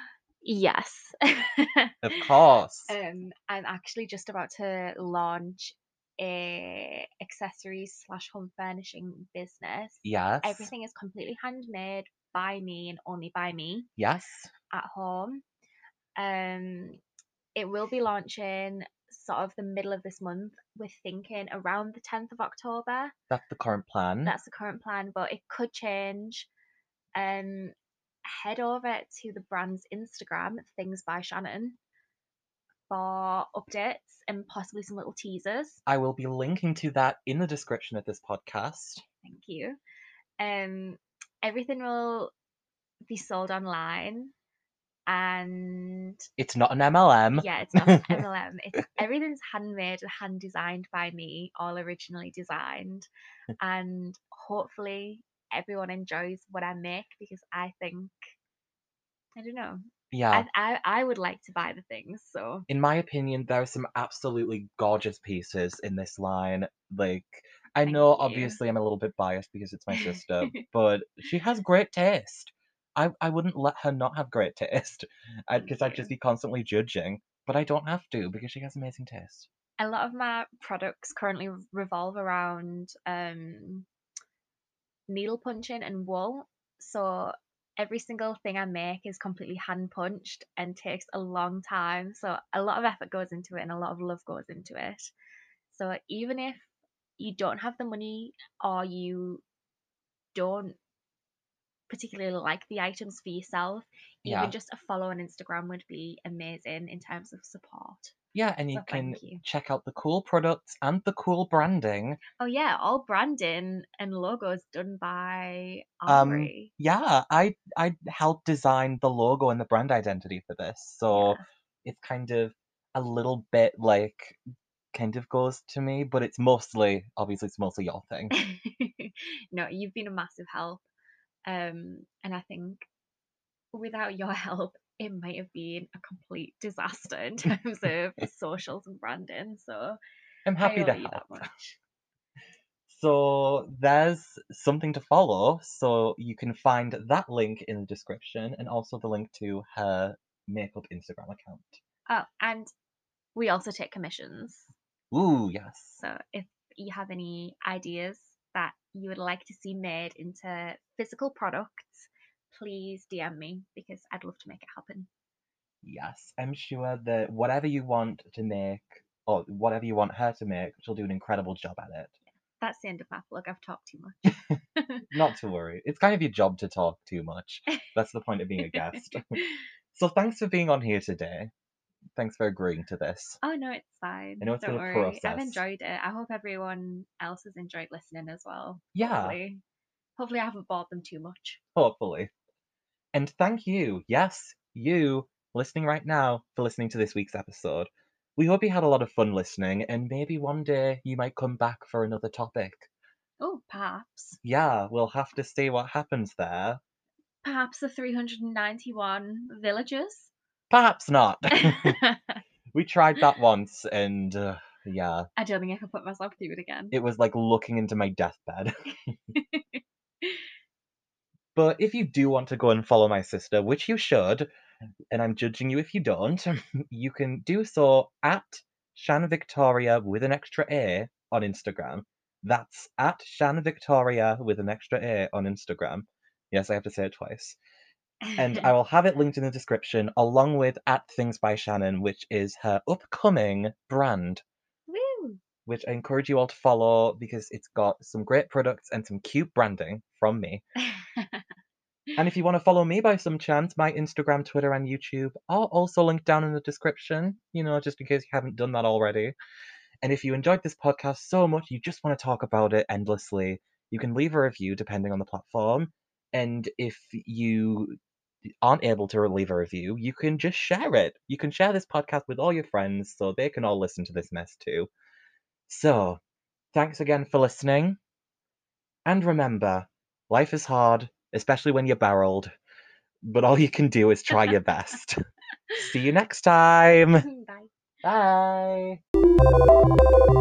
yes.
Of course.
um, I'm actually just about to launch a accessories slash home furnishing business.
yes.
Everything is completely handmade by me and only by me.
Yes.
at home. Um, it will be launching sort of the middle of this month. We're thinking around the 10th of October.
That's the current plan.
That's the current plan, but it could change. Um, head over to the brand's Instagram, Things by Shannon, for updates and possibly some little teasers.
I will be linking to that in the description of this podcast.
Thank you. Um, everything will be sold online, and
It's not an MLM.
Yeah, it's not an MLM. It's everything's handmade and hand designed by me, all originally designed. And hopefully everyone enjoys what I make because I think I don't know.
Yeah.
I I, I would like to buy the things, so
in my opinion, there are some absolutely gorgeous pieces in this line. Like, I
Thank
know
you.
obviously I'm a little bit biased because it's my sister, but she has great taste. I, I wouldn't let her not have great taste
Thank
because I'd just
you.
be constantly judging, but I don't have to because she has amazing taste.
a lot of my products currently revolve around um needle punching and wool. So every single thing I make is completely hand punched and takes a long time. So a lot of effort goes into it and a lot of love goes into it. So even if you don't have the money or you don't particularly like the items for yourself,
Yeah.
even just a follow on Instagram would be amazing in terms of support.
yeah, and you
So
can
thank you.
check out the cool products and the cool branding.
Oh yeah, all branding and logos done by
Um,
Aubrey.
yeah i i helped design the logo and the brand identity for this so it's kind of a little bit like kind of goes to me but it's mostly obviously it's mostly your thing
no, you've been a massive help. Um, and I think without your help, it might have been a complete disaster in terms of socials and branding. So
I'm
I
happy
owe
to
you that
help.
much.
So there's something to follow. So you can find that link in the description and also the link to her makeup Instagram account.
Oh, and we also take commissions.
Ooh, yes.
So if you have any ideas that you would like to see made into physical products, please DM me because I'd love to make it happen.
Yes. I'm sure that whatever you want to make or whatever you want her to make, she'll do an incredible job at it.
That's the end of my plug. I've talked too much.
Not to worry. It's kind of your job to talk too much. That's the point of being a guest. so thanks for being on here today. Thanks for agreeing to this.
oh no, it's fine.
I know it's
Don't
been a
worry. I've
process.
enjoyed it. I hope everyone else has enjoyed listening as well.
Yeah.
Hopefully, hopefully I haven't bored them too much.
hopefully. And thank you, yes, you listening right now for listening to this week's episode. We hope you had a lot of fun listening, and maybe one day you might come back for another topic.
Oh, perhaps.
Yeah, we'll have to see what happens there.
Perhaps the 391 villagers.
Perhaps not.
I
we tried that once, and uh, yeah,
don't think I can put myself through it again.
it was like looking into my deathbed. But if you do want to go and follow my sister, which you should, and I'm judging you if you don't, you can do so at Shan Victoria with an extra A on Instagram. That's at Shan Victoria with an extra A on Instagram. Yes, I have to say it twice. And I will have it linked in the description along with at Things by Shannon, which is her upcoming brand,
Woo!
which I encourage you all to follow because it's got some great products and some cute branding from me. And if you want to follow me by some chance, my Instagram, Twitter, and YouTube are also linked down in the description, you know, just in case you haven't done that already. And if you enjoyed this podcast so much, you just want to talk about it endlessly, you can leave a review depending on the platform. And if you aren't able to leave a review, you can just share it. You can share this podcast with all your friends so they can all listen to this mess too. So, thanks again for listening. And remember, life is hard, especially when you're barreled, but all you can do is try your best. See you next time.
Bye.
Bye.